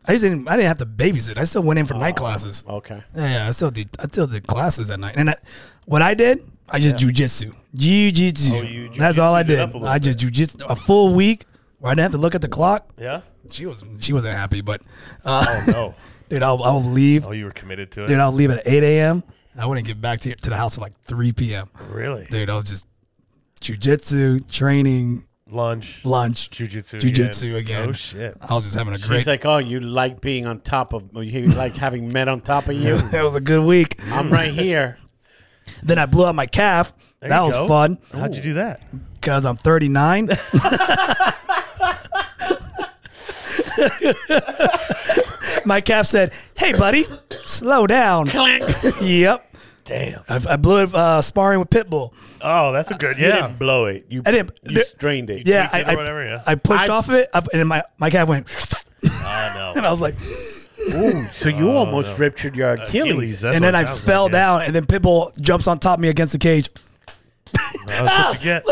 Speaker 1: I just didn't. I didn't have to babysit. I still went in for night classes.
Speaker 3: Oh, Okay.
Speaker 1: Yeah, yeah, I still did. I still did classes at night. And I, what I did, I just jujitsu, jujitsu.
Speaker 4: Oh, you
Speaker 1: That's all I
Speaker 4: jujitsu'd it
Speaker 1: did.
Speaker 4: up a little
Speaker 1: I just jujitsu a full week where I didn't have to look at the clock.
Speaker 4: Yeah.
Speaker 1: She was she wasn't happy, but uh,
Speaker 3: Oh,
Speaker 4: No.
Speaker 1: dude, I'll I'll leave.
Speaker 4: Oh, you were committed to it.
Speaker 1: Dude, I'll leave at eight a.m. I wouldn't get back to to the house at like three p.m.
Speaker 4: really?
Speaker 1: Dude, I was just jujitsu training
Speaker 4: Lunch.
Speaker 1: lunch.
Speaker 4: Jujitsu.
Speaker 1: Jujitsu again.
Speaker 4: Oh shit.
Speaker 1: I was just having a
Speaker 3: He's
Speaker 1: great.
Speaker 3: like, oh, you like being on top of, you like having men on top of you.
Speaker 1: that was a good week.
Speaker 3: I'm right here.
Speaker 1: Then I blew out my calf.
Speaker 4: There
Speaker 1: that
Speaker 4: you
Speaker 1: was
Speaker 4: go.
Speaker 1: fun
Speaker 4: How'd you do that?
Speaker 1: because I'm 39. my calf said, "Hey, buddy, slow down." yep.
Speaker 4: Damn.
Speaker 1: I, I blew it uh, sparring with Pitbull.
Speaker 4: Oh, that's a good.
Speaker 3: You
Speaker 4: Yeah.
Speaker 3: didn't blow it. You,
Speaker 1: I didn't-
Speaker 3: you strained it.
Speaker 1: Yeah, I,
Speaker 4: tweaked it
Speaker 1: I,
Speaker 4: or whatever, yeah.
Speaker 1: I pushed
Speaker 3: I've-
Speaker 1: off of it, up, and then my my calf went,
Speaker 4: I
Speaker 1: and I was like,
Speaker 3: So you almost ruptured your Achilles.
Speaker 4: Achilles, that's
Speaker 1: and
Speaker 4: what
Speaker 1: then I
Speaker 4: it sounds
Speaker 1: fell
Speaker 4: like, yeah.
Speaker 1: down, and then Pitbull jumps on top of me against the cage.
Speaker 4: That's what you get.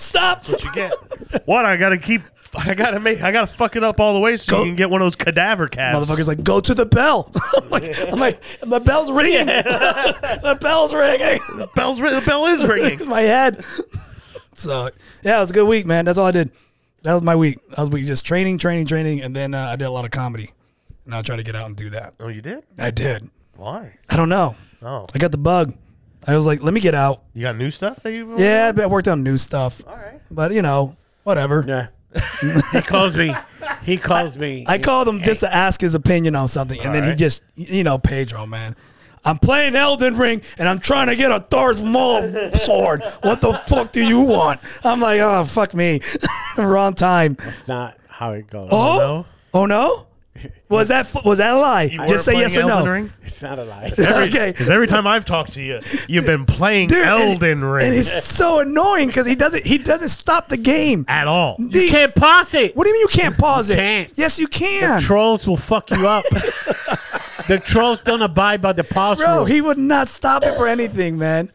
Speaker 1: Stop!
Speaker 4: What you get? What? I gotta keep. I gotta make. I gotta fuck it up all the way so
Speaker 1: Go-
Speaker 4: you can get one of those cadaver calves.
Speaker 1: Motherfucker's like, go to the bell. I'm like, I'm like, the bell's ringing. the bell's ringing.
Speaker 4: Bell's ri- the bell is ringing.
Speaker 1: my head. So yeah, it was a good week, man. That's all I did. That was my week. That was week just training, training, training, and then uh, I did a lot of comedy. And I'll try to get out and do that.
Speaker 4: oh, you did?
Speaker 1: I did.
Speaker 4: Why?
Speaker 1: I don't know.
Speaker 4: Oh,
Speaker 1: I got the bug. I was like, let me get out.
Speaker 4: you got new stuff that you?
Speaker 1: Yeah, I worked on new stuff,
Speaker 4: All right.
Speaker 1: but you know, whatever.
Speaker 3: Yeah. he calls me. He calls me.
Speaker 1: I called him just to ask his opinion on something, and then he
Speaker 4: Alright.
Speaker 1: just, you know, Pedro, man. I'm playing Elden Ring, and I'm trying to get a Thor's Maul sword. What the fuck do you want? I'm like, oh fuck me, wrong time.
Speaker 3: It's not how it goes.
Speaker 1: Oh,
Speaker 4: no.
Speaker 1: oh no, was that fu- was that a lie?
Speaker 4: You weren't
Speaker 1: Just say
Speaker 4: playing
Speaker 1: yes or no.
Speaker 4: Elden Ring?
Speaker 3: It's not a lie.
Speaker 1: okay.
Speaker 4: Because every time I've talked to you, you've been playing
Speaker 1: Dude, and-
Speaker 4: Elden
Speaker 1: And
Speaker 4: Ring
Speaker 1: it's so annoying because he doesn't he doesn't stop the game.
Speaker 4: at all.
Speaker 1: The-
Speaker 2: You can't pass it.
Speaker 1: what do you mean you can't pause it?
Speaker 3: can't.
Speaker 1: Yes, you can.
Speaker 3: trolls will fuck you up. the trolls don't abide by the pause
Speaker 1: Bro,
Speaker 3: rule.
Speaker 1: he would not stop it for anything, man.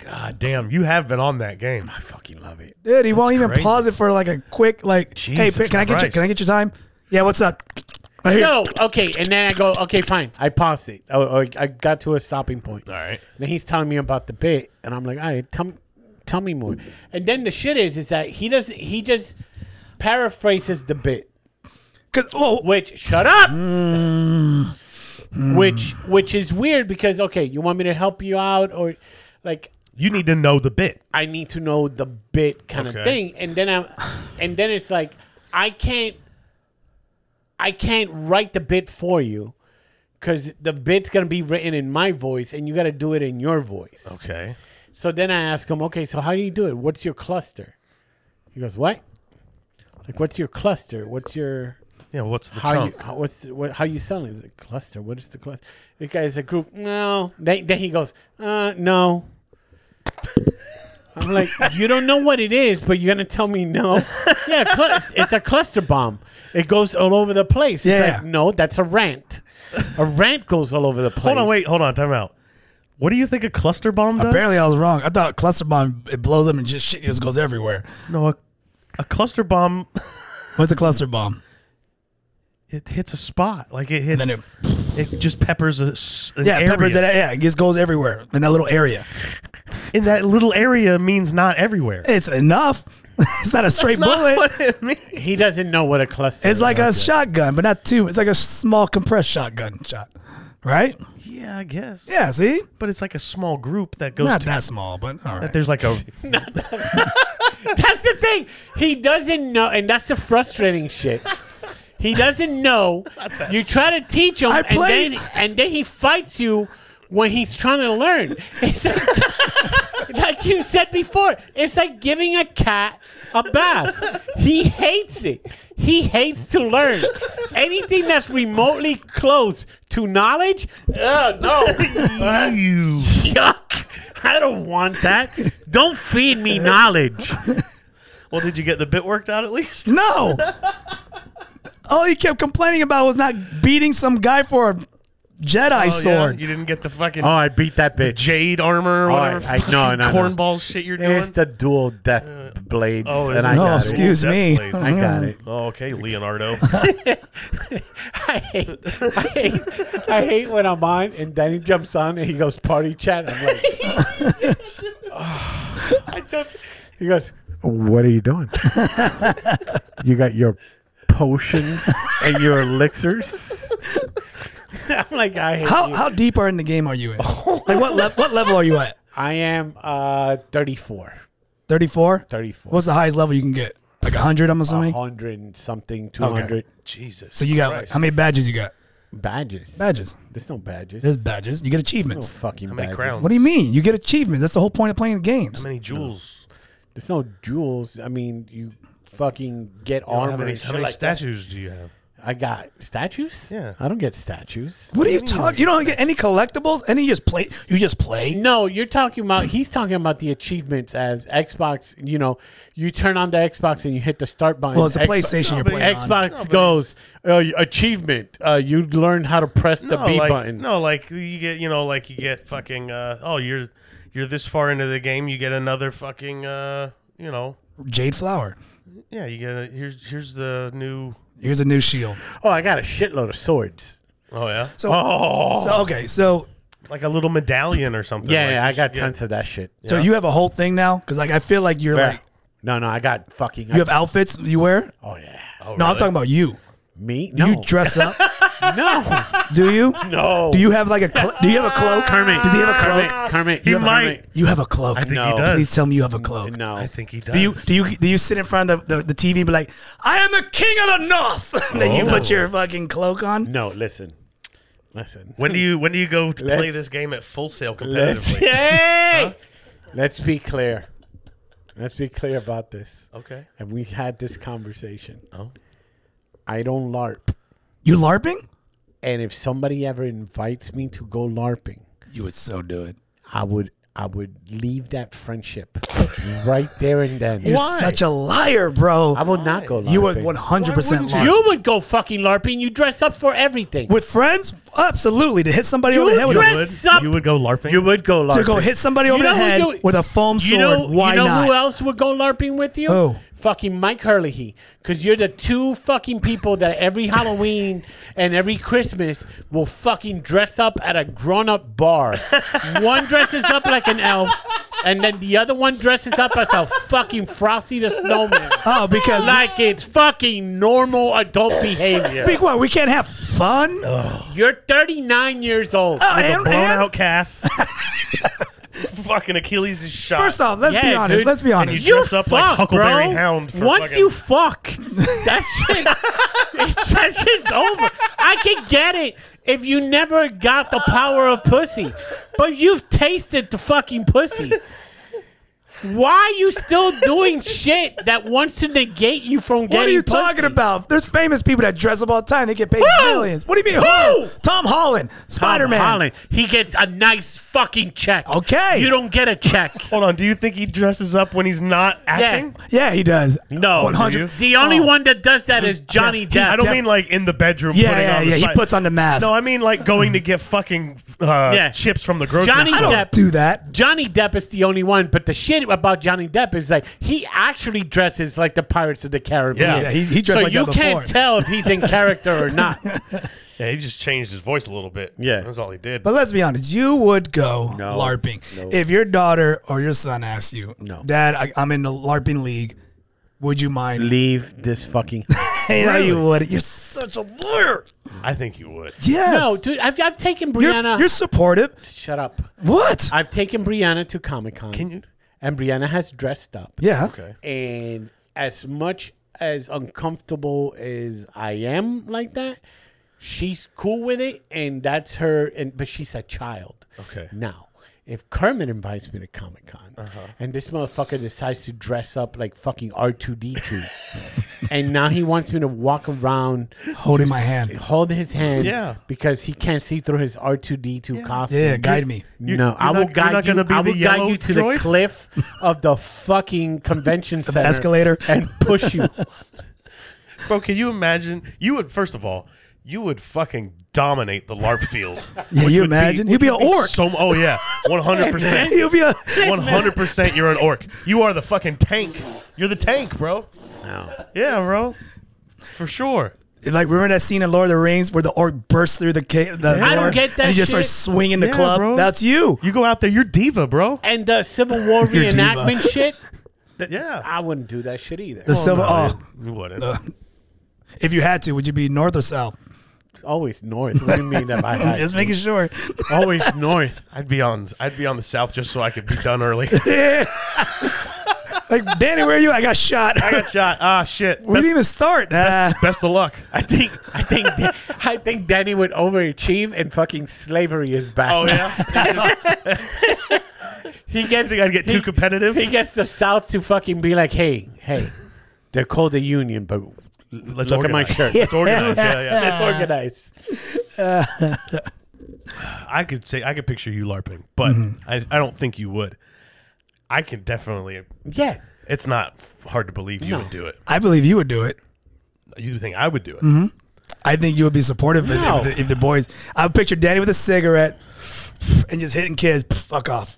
Speaker 4: God damn, Um, you have been on that game.
Speaker 3: Ah, I fucking love it.
Speaker 1: Dude, he won't even
Speaker 4: crazy.
Speaker 1: pause it for like a quick like. hey,
Speaker 4: Jesus
Speaker 1: Pitt, can I get your,
Speaker 4: Christ.
Speaker 1: can I get your time? Yeah, what's up? Right here.
Speaker 3: No, okay, and then I go, okay, fine. I paused it. Oh, I got to a stopping point.
Speaker 4: All right.
Speaker 3: And he's telling me about the bit, and I'm like, all right, tell, tell me more. And then the shit is, is that he doesn't. He just paraphrases the bit,
Speaker 1: 'Cause- oh,
Speaker 3: which shut up, which which is weird because okay, you want me to help you out or like
Speaker 4: You need to know the bit.
Speaker 3: I need to know the bit kind
Speaker 4: Okay.
Speaker 3: of thing, and then I'm, and then it's like I can't, I can't write the bit for you. Because the bit's gonna be written in my voice, and you gotta do it in your voice.
Speaker 4: Okay.
Speaker 3: So then I ask him, okay, so how do you do it? What's your cluster? He goes, what? Like, what's your cluster? What's your
Speaker 4: Yeah. What's the
Speaker 3: how
Speaker 4: chunk?
Speaker 3: you how, what's what, how you selling the cluster? What is the cluster? The guy's a group. No. Then, then he goes, uh, no. I'm like, you don't know what it is, but you're gonna tell me no. yeah, cl- it's a cluster bomb. It goes all over the place. It's
Speaker 1: Yeah.
Speaker 3: like, no, that's a rant. A rant goes all over the place.
Speaker 4: Hold on. Wait. Hold on. Time out. What do you think a cluster bomb does?
Speaker 1: apparently I was wrong. I thought cluster bomb it blows up and just shit just goes everywhere.
Speaker 4: No. A, a cluster bomb.
Speaker 1: What's a cluster bomb?
Speaker 4: It hits a spot. Like it hits.
Speaker 1: then
Speaker 4: it, just peppers a. s- an
Speaker 1: Yeah, peppers
Speaker 4: area.
Speaker 1: that. Yeah, it just goes everywhere in that little area. e-
Speaker 4: in that little area means not everywhere.
Speaker 1: It's enough. it's not a straight bullet.
Speaker 3: He doesn't know what a cluster.
Speaker 1: it's
Speaker 3: is.
Speaker 1: like a shotgun, but not two. It's like a small compressed shotgun shot, right?
Speaker 4: Yeah, I guess.
Speaker 1: Yeah. See,
Speaker 4: But it's like a small group that goes
Speaker 1: not
Speaker 4: to
Speaker 1: that small, but all right.
Speaker 4: there's like a
Speaker 3: That's the thing. He doesn't know, and that's the frustrating shit. He doesn't know. You try to teach him,
Speaker 1: I
Speaker 3: and
Speaker 1: played-
Speaker 3: then and then he fights you when he's trying to learn. It's like, like you said before, it's like giving a cat a bath. He hates it. He hates to learn. Anything that's remotely close to knowledge, ugh, no.
Speaker 4: you.
Speaker 3: Yuck. I don't want that. Don't feed me knowledge.
Speaker 4: Well, did you get the bit worked out at least?
Speaker 1: No. All he kept complaining about was not beating some guy for a Jedi
Speaker 4: Oh, yeah,
Speaker 1: sword.
Speaker 4: You didn't get the fucking
Speaker 3: Oh, I beat that bitch.
Speaker 4: jade armor or
Speaker 3: Oh,
Speaker 4: whatever.
Speaker 3: I- I- no,
Speaker 4: fucking
Speaker 3: no, no.
Speaker 4: cornball shit you're
Speaker 3: It's
Speaker 4: doing.
Speaker 3: the dual death blades.
Speaker 4: oh, is
Speaker 3: and
Speaker 4: it-
Speaker 3: I
Speaker 1: oh,
Speaker 3: got it.
Speaker 1: excuse
Speaker 4: Death
Speaker 1: me.
Speaker 4: blades.
Speaker 3: I got it.
Speaker 4: Oh, okay, Leonardo.
Speaker 3: I hate, I hate, I hate when I'm on and Danny jumps on and he goes party chat. I'm like, I jump. He goes, "What are you doing? you got your potions and your elixirs." I'm like, I hate
Speaker 1: How
Speaker 3: you.
Speaker 1: how deep are in the game are you in? like what le- what level are you at?
Speaker 3: I am uh, 34,
Speaker 1: Thirty four.
Speaker 3: 34,
Speaker 1: What's the highest level you can get? Like hundred, I'm assuming.
Speaker 3: hundred and something, two hundred
Speaker 4: Jesus.
Speaker 1: So you got like, how many badges you got?
Speaker 3: badges.
Speaker 1: Badges.
Speaker 3: There's no badges.
Speaker 1: There's badges. You get
Speaker 3: no
Speaker 1: achievements.
Speaker 3: fucking
Speaker 4: many
Speaker 3: badges.
Speaker 4: crowns?
Speaker 1: What do you mean? You get achievements. That's the whole point of playing games.
Speaker 4: How many jewels?
Speaker 3: There's no jewels. I mean, you fucking get armor.
Speaker 4: How many,
Speaker 3: and
Speaker 4: how
Speaker 3: shit
Speaker 4: many
Speaker 3: like that.
Speaker 4: statues do you have?
Speaker 3: I got statues.
Speaker 4: Yeah.
Speaker 3: I don't get statues.
Speaker 1: What are you talking? You don't get any collectibles. Any you just play. You just play.
Speaker 3: No, you're talking about. He's talking about the achievements as Xbox. You know, you turn on the Xbox and you hit the start button.
Speaker 1: Well, it's a
Speaker 3: Xbox-
Speaker 1: PlayStation you're
Speaker 4: but
Speaker 1: playing on.
Speaker 3: Xbox goes uh, achievement. Uh, you learn how to press the B
Speaker 4: like,
Speaker 3: button.
Speaker 4: No, like you get, you know, like you get fucking. Uh, oh, you're you're this far into the game, you get another fucking. Uh, you know,
Speaker 1: Jade Flower.
Speaker 4: yeah, you get a, here's here's the new.
Speaker 1: Here's a new shield.
Speaker 3: Oh, I got a shitload of swords. Oh.
Speaker 4: Oh yeah,
Speaker 1: So, so okay. So
Speaker 4: like a little medallion or something.
Speaker 3: Yeah,
Speaker 4: like
Speaker 3: yeah,
Speaker 4: you
Speaker 3: I got
Speaker 4: should get.
Speaker 3: tons of that shit.
Speaker 1: so you have a whole thing now because like I feel like you're like
Speaker 3: no, no, I got fucking.
Speaker 1: you have outfits you wear.
Speaker 3: oh yeah,
Speaker 1: No, I'm talking about you.
Speaker 3: me?
Speaker 1: Do
Speaker 3: No,
Speaker 1: you dress up?
Speaker 3: no,
Speaker 1: Do you?
Speaker 3: no.
Speaker 1: Do you have like a cl- do you have a cloak?
Speaker 3: Kermit?
Speaker 1: Does he have a cloak?
Speaker 3: Kermit, Kermit,
Speaker 4: He
Speaker 3: you have a
Speaker 4: might.
Speaker 3: Kermit.
Speaker 1: You have a cloak.
Speaker 4: I think
Speaker 3: No.
Speaker 4: he does.
Speaker 1: Please tell me you have a cloak.
Speaker 3: No,
Speaker 4: I think he does.
Speaker 1: Do you do you do you sit in front of the, the, the TV and be like, I am the king of the north? and then you put your fucking cloak on.
Speaker 3: No, listen. Listen.
Speaker 4: When do you when do you go to play
Speaker 3: Let's-
Speaker 4: this game at full sale
Speaker 3: let's,
Speaker 4: competitively?
Speaker 3: hey! let's be clear. Let's be clear about this.
Speaker 4: Okay.
Speaker 3: And we had this conversation. Oh. I don't LARP.
Speaker 1: You larping?
Speaker 3: And if somebody ever invites me to go LARPing,
Speaker 1: You would so do it.
Speaker 3: I would I would leave that friendship right there and then.
Speaker 1: You're such a liar, bro.
Speaker 3: I would not go LARPing.
Speaker 1: you would 100 percent larp.
Speaker 2: You would go fucking LARPing. You dress up for everything.
Speaker 1: with friends, absolutely to hit somebody over the head with
Speaker 4: You
Speaker 1: a
Speaker 2: dress-
Speaker 4: would,
Speaker 2: up.
Speaker 4: you would go LARPing.
Speaker 3: You would go LARPing.
Speaker 1: to go hit somebody over
Speaker 3: know
Speaker 1: the
Speaker 3: who
Speaker 1: head
Speaker 3: do-
Speaker 1: with a foam sword.
Speaker 3: You know,
Speaker 1: Why
Speaker 3: you know
Speaker 1: not?
Speaker 3: who else would go LARPing with you?
Speaker 1: Who?
Speaker 3: Fucking Mike Hurley. Because you're the two fucking people that every Halloween and every Christmas will fucking dress up at a grown up bar. one dresses up like an elf, and then the other one dresses up as a fucking Frosty the Snowman.
Speaker 1: Oh, because
Speaker 3: Like it's fucking normal adult behavior.
Speaker 1: big one, we can't have fun.
Speaker 3: You're 39 years old.
Speaker 1: Oh,
Speaker 4: With a
Speaker 1: and-
Speaker 4: blown
Speaker 1: and-
Speaker 4: out calf. fucking Achilles is shot.
Speaker 1: First off, let's be
Speaker 3: Yeah,
Speaker 1: honest.
Speaker 3: dude.
Speaker 1: Let's be
Speaker 4: you
Speaker 1: honest.
Speaker 4: dress up like Huckleberry
Speaker 3: bro.
Speaker 4: Hound. For
Speaker 3: Once
Speaker 4: fucking-
Speaker 3: you fuck, that shit, it's, that shit's over. I can get it if you never got the power of pussy, but you've tasted the fucking pussy. Why are you still doing shit that wants to negate you from getting?
Speaker 1: What are you
Speaker 3: pussy?
Speaker 1: talking about? There's famous people that dress up all the time. They get paid millions. What do you mean?
Speaker 3: Who?
Speaker 1: who? Tom Holland,
Speaker 3: Tom
Speaker 1: Spider Man.
Speaker 3: Holland, he gets a nice fucking check.
Speaker 1: Okay.
Speaker 3: you don't get a check.
Speaker 4: Hold on. Do you think he dresses up when he's not acting?
Speaker 1: Yeah, he does.
Speaker 3: No,
Speaker 1: 100
Speaker 3: the only one that does that is Johnny
Speaker 1: Yeah,
Speaker 3: Depp.
Speaker 4: Oh. I don't
Speaker 1: Def-
Speaker 4: mean like in the bedroom.
Speaker 1: Yeah,
Speaker 4: putting
Speaker 1: yeah,
Speaker 4: on the
Speaker 1: yeah. He
Speaker 4: side-
Speaker 1: puts on the mask.
Speaker 4: No, I mean like going to get fucking uh,
Speaker 3: Yeah.
Speaker 4: chips from the grocery
Speaker 3: Johnny
Speaker 4: store.
Speaker 1: don't
Speaker 3: Depp.
Speaker 1: do that.
Speaker 3: Johnny Depp is the only one, but the shit about Johnny Depp is like he actually dresses like the Pirates of the Caribbean.
Speaker 4: Yeah,
Speaker 1: yeah, he- he dressed
Speaker 3: so
Speaker 1: like
Speaker 3: you
Speaker 1: that
Speaker 3: can't
Speaker 1: before.
Speaker 3: tell if he's in character or not.
Speaker 4: Yeah, he just changed his voice a little bit.
Speaker 3: Yeah.
Speaker 4: that's all he did.
Speaker 1: But let's be honest, you would go
Speaker 3: No.
Speaker 1: LARPing. If your daughter or your son asks you,
Speaker 3: No.
Speaker 1: Dad, I, I'm in the LARPing league, would you mind?
Speaker 3: Leave this fucking.
Speaker 1: Hey, no, you would. You're such a lawyer.
Speaker 4: I think you would.
Speaker 1: Yes.
Speaker 3: No, dude, I've, I've taken
Speaker 1: You're,
Speaker 3: Brianna.
Speaker 1: you're supportive.
Speaker 3: Shut up.
Speaker 1: What?
Speaker 3: I've taken Brianna to Comic Con.
Speaker 4: Can you-
Speaker 3: And Brianna has dressed up.
Speaker 1: yeah.
Speaker 4: Okay.
Speaker 3: And as much as uncomfortable as I am like that, she's cool with it, and that's her. And but she's a child.
Speaker 4: Okay. Uh-huh.
Speaker 3: Now, if Kermit invites me to Comic Con and this motherfucker decides to dress up like fucking R two D two, and now he wants me to walk around
Speaker 1: Holding my hand.
Speaker 3: hold his hand,
Speaker 4: Yeah.
Speaker 3: because he can't see through his R two D two costume.
Speaker 1: Yeah, guide me.
Speaker 4: You're-
Speaker 3: no,
Speaker 4: you're
Speaker 3: I will
Speaker 4: not- you're
Speaker 3: guide
Speaker 4: not
Speaker 3: you.
Speaker 4: gonna be
Speaker 3: I
Speaker 4: the
Speaker 3: will guide
Speaker 4: yellow
Speaker 3: you to
Speaker 4: droid?
Speaker 3: the cliff of the fucking convention center
Speaker 1: escalator?
Speaker 3: and push you.
Speaker 4: Bro, can you imagine? You would first of all, you would fucking dominate the LARP field.
Speaker 1: Yeah,
Speaker 4: Which
Speaker 1: you
Speaker 4: would be-
Speaker 1: imagine? He'd be
Speaker 4: which
Speaker 1: an
Speaker 4: would
Speaker 1: orc.
Speaker 4: So, oh yeah, one hundred percent.
Speaker 1: He'll be a.
Speaker 4: One hundred percent. You're an orc. You are the fucking tank. You're the tank, bro. Yeah, bro. For sure.
Speaker 1: Like remember that scene in Lord of the Rings where the orc bursts through the ca- the
Speaker 3: don't
Speaker 1: door
Speaker 3: get
Speaker 1: and
Speaker 3: that
Speaker 1: he just
Speaker 3: shit.
Speaker 1: starts swinging the
Speaker 4: Yeah,
Speaker 1: club.
Speaker 4: bro.
Speaker 1: That's you.
Speaker 4: You go out there. You're diva, bro.
Speaker 3: and the Civil War
Speaker 1: Your diva.
Speaker 3: reenactment shit. that-
Speaker 4: Yeah.
Speaker 3: I wouldn't do that shit either.
Speaker 1: The silver.
Speaker 4: No,
Speaker 1: oh,
Speaker 4: you wouldn't.
Speaker 1: if you had to, would you be north or south?
Speaker 3: It's always north. What do you mean that I had
Speaker 1: Just
Speaker 3: to?
Speaker 1: making sure.
Speaker 3: always north?
Speaker 4: I'd be on. I'd be on the south just so I could be done early.
Speaker 1: Like Danny, where are you? I got shot.
Speaker 4: I got shot. Ah, shit.
Speaker 1: we
Speaker 4: Best,
Speaker 1: didn't even start. Uh,
Speaker 4: best of luck.
Speaker 3: I think I think I think Danny would overachieve and fucking slavery is back.
Speaker 4: Oh yeah.
Speaker 3: He gets
Speaker 4: I think I'd get too competitive.
Speaker 3: he gets the South to fucking be like, hey, hey, they're called the Union, but
Speaker 4: Let's
Speaker 3: look at my
Speaker 4: organize.
Speaker 3: shirt.
Speaker 4: Let's organize. Yeah, yeah.
Speaker 3: let's organize.
Speaker 4: I could say I could picture you LARPing, but
Speaker 1: Mm-hmm.
Speaker 4: I, I don't think you would. I can definitely.
Speaker 3: Yeah.
Speaker 4: It's not hard to believe you would do it.
Speaker 1: I believe you would do it.
Speaker 4: You think I would do it?
Speaker 1: Mm-hmm. I think you would be supportive if-
Speaker 3: No.
Speaker 1: if, the, if the boys. I would picture Danny with a cigarette and just hitting kids. Fuck off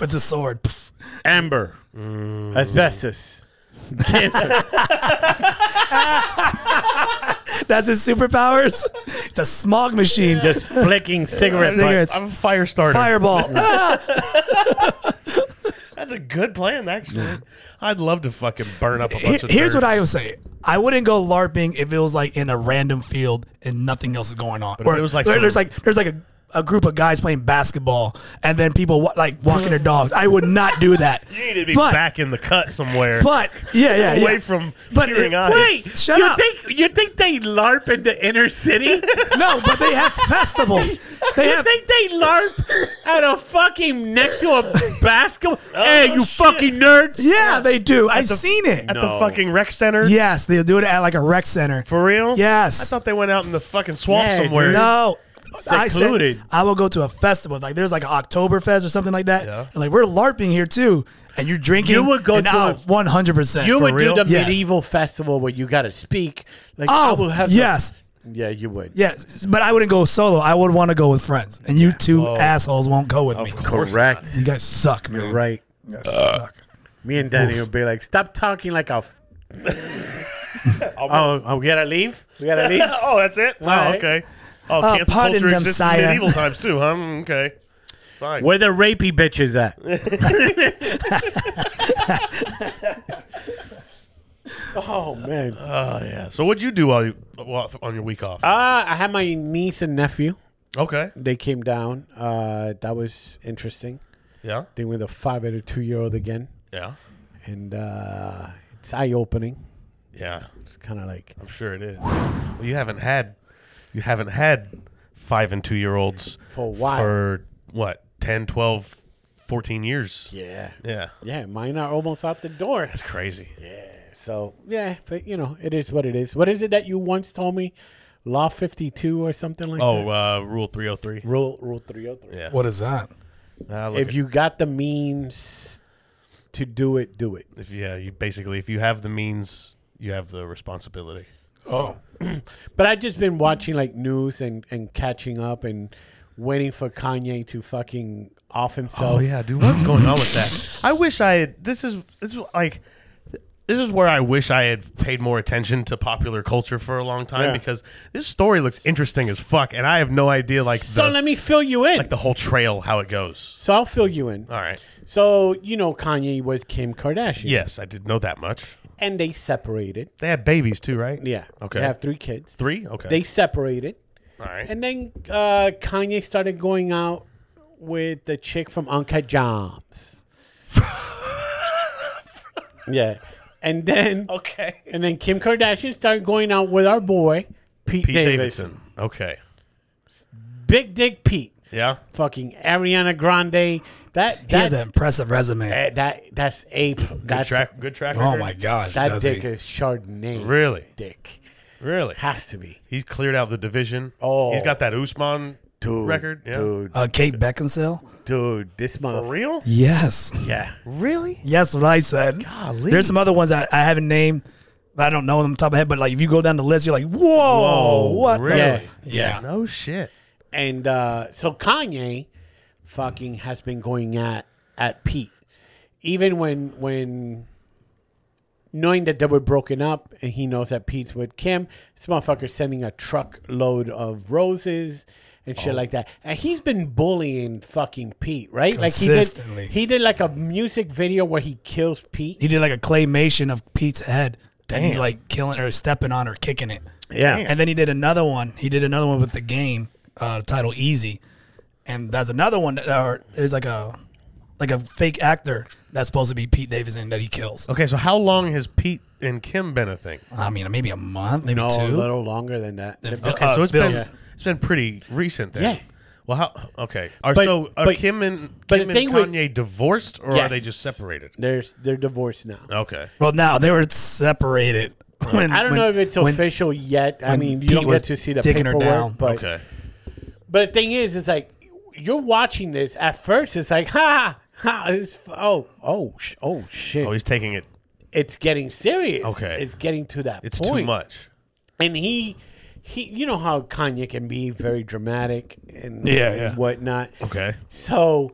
Speaker 1: with the sword.
Speaker 3: Amber.
Speaker 1: Mm.
Speaker 3: Asbestos. Cancer.
Speaker 1: That's his superpowers. It's a smog machine.
Speaker 3: Just flicking cigarette butts.
Speaker 1: Cigarettes.
Speaker 4: I'm a fire starter.
Speaker 1: Fireball.
Speaker 4: That's a good plan, actually. I'd love to fucking burn up a bunch
Speaker 1: Here-
Speaker 4: of.
Speaker 1: here's what
Speaker 4: nerds.
Speaker 1: I would say. I wouldn't go LARPing if it was like in a random field and nothing else is going on.
Speaker 4: if it was, like,
Speaker 1: there- there's
Speaker 4: some-
Speaker 1: like there's like a, a group of guys playing basketball and then people wa- like walking their dogs. I would not do that.
Speaker 4: You need to be
Speaker 1: but,
Speaker 4: back in the cut somewhere,
Speaker 1: But yeah, yeah,
Speaker 4: away
Speaker 1: yeah.
Speaker 4: from
Speaker 1: But
Speaker 4: peering
Speaker 1: it-
Speaker 4: eyes.
Speaker 3: Wait,
Speaker 1: Shut
Speaker 3: you
Speaker 1: up.
Speaker 3: think you think they LARP in the inner city?
Speaker 1: no, but they have festivals. They
Speaker 3: you
Speaker 1: have
Speaker 3: think they LARP at a fucking next to a basketball? hey, you fucking nerds!
Speaker 1: Oh, yeah, they do. I've seen it.
Speaker 4: at the fucking rec center.
Speaker 1: Yes, they do it at like a rec center.
Speaker 4: For real?
Speaker 1: Yes.
Speaker 4: I thought they went out in the fucking swamp
Speaker 3: Yeah,
Speaker 4: somewhere.
Speaker 3: dude.
Speaker 1: No. I
Speaker 3: Secluded.
Speaker 1: said I will go to a festival. Like there's like an Oktoberfest or something like that.
Speaker 4: Yeah.
Speaker 1: And like we're LARPing here too. And you're drinking.
Speaker 3: You would go
Speaker 1: and
Speaker 3: to
Speaker 1: I'll
Speaker 3: a-
Speaker 1: 100%.
Speaker 3: You
Speaker 1: for
Speaker 3: would
Speaker 1: real?
Speaker 3: do the
Speaker 1: Yes.
Speaker 3: medieval festival where you got to speak. Like, I
Speaker 1: Oh,
Speaker 3: will have the-
Speaker 1: yes.
Speaker 3: yeah, you would.
Speaker 1: Yes. But I wouldn't go solo. I would want to go with friends. And you two
Speaker 3: Oh.
Speaker 1: assholes won't go with me.
Speaker 3: correct.
Speaker 1: You guys suck, man.
Speaker 3: Right.
Speaker 1: You guys
Speaker 3: Uh.
Speaker 1: suck.
Speaker 3: Me and Danny would be like, stop talking like a. F- oh, oh, we gotta leave. We gotta leave.
Speaker 4: oh, that's it. Wow,
Speaker 3: right.
Speaker 4: okay. Oh,
Speaker 1: Uh,
Speaker 4: cancel
Speaker 1: pardon
Speaker 4: culture
Speaker 1: them,
Speaker 4: exists in
Speaker 1: sire.
Speaker 4: medieval times too, huh? Mm, Okay. Fine.
Speaker 3: Where the rapey bitches at? oh man.
Speaker 4: Oh yeah. So what'd you do while you while, on your week off?
Speaker 3: Uh, I had my niece and nephew.
Speaker 4: okay.
Speaker 3: They came down. Uh, that was interesting.
Speaker 4: Yeah.
Speaker 3: They were the five and a two year old again,
Speaker 4: Yeah.
Speaker 3: and uh, it's eye opening.
Speaker 4: Yeah.
Speaker 3: It's kind of like
Speaker 4: I'm sure it is. Well, you haven't had you haven't had 5 and 2 year olds
Speaker 3: For a while.
Speaker 4: for what? 10, 12, 14 years.
Speaker 3: yeah,
Speaker 4: Yeah.
Speaker 3: yeah. Mine are almost out the door.
Speaker 4: That's crazy.
Speaker 3: So yeah, but you know, it is what it is. What is it that you once told me? Law fifty two or something like
Speaker 4: Oh,
Speaker 3: that.
Speaker 4: uh, rule 303.
Speaker 3: Rule Rule three hundred three.
Speaker 4: Yeah.
Speaker 1: What is that?
Speaker 4: Ah, look
Speaker 3: If
Speaker 4: at-
Speaker 3: you got the means to do it, do it.
Speaker 4: if yeah, you basically if you have the means, you have the responsibility.
Speaker 1: Oh.
Speaker 3: But I've just been watching like news and and catching up and waiting for Kanye to fucking off himself.
Speaker 4: Oh yeah, dude, what's going on with that? I wish I had. This is this is like this is where I wish I had paid more attention to popular culture for a long time
Speaker 3: Yeah.
Speaker 4: because this story looks interesting as fuck, and I have no idea like
Speaker 3: So
Speaker 4: the,
Speaker 3: let me fill you in.
Speaker 4: like the whole trail how it goes.
Speaker 3: so I'll fill you in.
Speaker 4: All right.
Speaker 3: So you know Kanye was Kim Kardashian,
Speaker 4: Yes, I did know that much.
Speaker 3: and they separated.
Speaker 4: They had babies too, right?
Speaker 3: Yeah.
Speaker 4: Okay.
Speaker 3: They have three kids.
Speaker 4: Three. Okay.
Speaker 3: They separated.
Speaker 4: All right.
Speaker 3: And then uh, Kanye started going out with the chick from Uncut Jams. yeah. And then
Speaker 4: okay.
Speaker 3: and then Kim Kardashian started going out with our boy Pete,
Speaker 4: Pete
Speaker 3: Davidson.
Speaker 4: Davidson. Okay.
Speaker 3: Big Dick Pete.
Speaker 4: Yeah.
Speaker 3: Fucking Ariana Grande. That
Speaker 1: He has an
Speaker 3: that
Speaker 1: impressive resume.
Speaker 3: that, that that's a that's
Speaker 4: track. Good track.
Speaker 5: Oh
Speaker 4: record.
Speaker 5: my gosh.
Speaker 3: that
Speaker 5: does
Speaker 3: dick
Speaker 5: he?
Speaker 3: is Chardonnay.
Speaker 4: Really?
Speaker 3: dick
Speaker 4: Really?
Speaker 3: has to be
Speaker 4: He's cleared out the division.
Speaker 3: Oh.
Speaker 4: He's got that Usman
Speaker 3: dude.
Speaker 4: record. Yeah.
Speaker 3: dude,
Speaker 1: Uh, Kate Beckinsale.
Speaker 3: dude. This
Speaker 4: For
Speaker 3: motherfucker.
Speaker 4: real?
Speaker 1: Yes,
Speaker 3: Yeah,
Speaker 4: Really?
Speaker 1: yes, what I said.
Speaker 4: Golly.
Speaker 1: There's some other ones I, I haven't named. I don't know them off the top of my head, but like if you go down the list, you're like, whoa, what? the-
Speaker 4: Really?
Speaker 3: Yeah.
Speaker 4: Yeah. No shit.
Speaker 3: and uh, so Kanye, fucking, has been going at at Pete, even when when knowing that they were broken up, and he knows that Pete's with Kim. This motherfucker sending a truckload of roses. And
Speaker 1: Oh.
Speaker 3: shit like that, and he's been bullying fucking Pete, right? Like he did,
Speaker 1: Consistently.
Speaker 3: he did like a music video where he kills Pete.
Speaker 1: He did like a claymation of Pete's head, and he's
Speaker 4: Damn.
Speaker 1: like killing or stepping on or kicking it.
Speaker 3: Yeah,
Speaker 1: And then he did another one. He did another one with the game uh, title Easy, and that's another one that are, is like a like a fake actor that's supposed to be Pete Davidson that he kills.
Speaker 4: Okay, so how long has Pete and Kim been a thing?
Speaker 1: I mean, maybe a month, maybe
Speaker 3: no, a
Speaker 1: two.
Speaker 3: little longer than that.
Speaker 4: Okay,
Speaker 1: Uh,
Speaker 4: so it's
Speaker 1: Phil.
Speaker 4: been it's been pretty recent then.
Speaker 3: Yeah.
Speaker 4: Well, how? Okay. Are,
Speaker 3: But-
Speaker 4: so are
Speaker 3: but-
Speaker 4: Kim and
Speaker 3: but
Speaker 4: Kim
Speaker 3: the
Speaker 4: and
Speaker 3: thing with-
Speaker 4: Kanye divorced, or are they just separated?
Speaker 3: They're they're divorced
Speaker 1: Oh,
Speaker 3: now.
Speaker 4: Okay.
Speaker 1: Well, now they were separated. when-
Speaker 3: I don't
Speaker 1: when-
Speaker 3: know if it's
Speaker 1: when-
Speaker 3: official yet. I
Speaker 1: when
Speaker 3: mean, you
Speaker 1: Pete
Speaker 3: don't
Speaker 1: was
Speaker 3: get to see the
Speaker 1: digging her
Speaker 3: paperwork.
Speaker 1: down.
Speaker 3: But
Speaker 4: Okay.
Speaker 3: but the thing is, it's like you're watching this. At first, it's like ha ha. It's, oh oh sh- oh shit.
Speaker 4: Oh, he's taking it.
Speaker 3: it's getting serious.
Speaker 4: Okay.
Speaker 3: it's getting to that.
Speaker 4: It's
Speaker 3: point.
Speaker 4: too much.
Speaker 3: And he he, you know how Kanye can be very dramatic and
Speaker 1: Yeah,
Speaker 3: and
Speaker 1: yeah.
Speaker 3: whatnot.
Speaker 4: Okay.
Speaker 3: So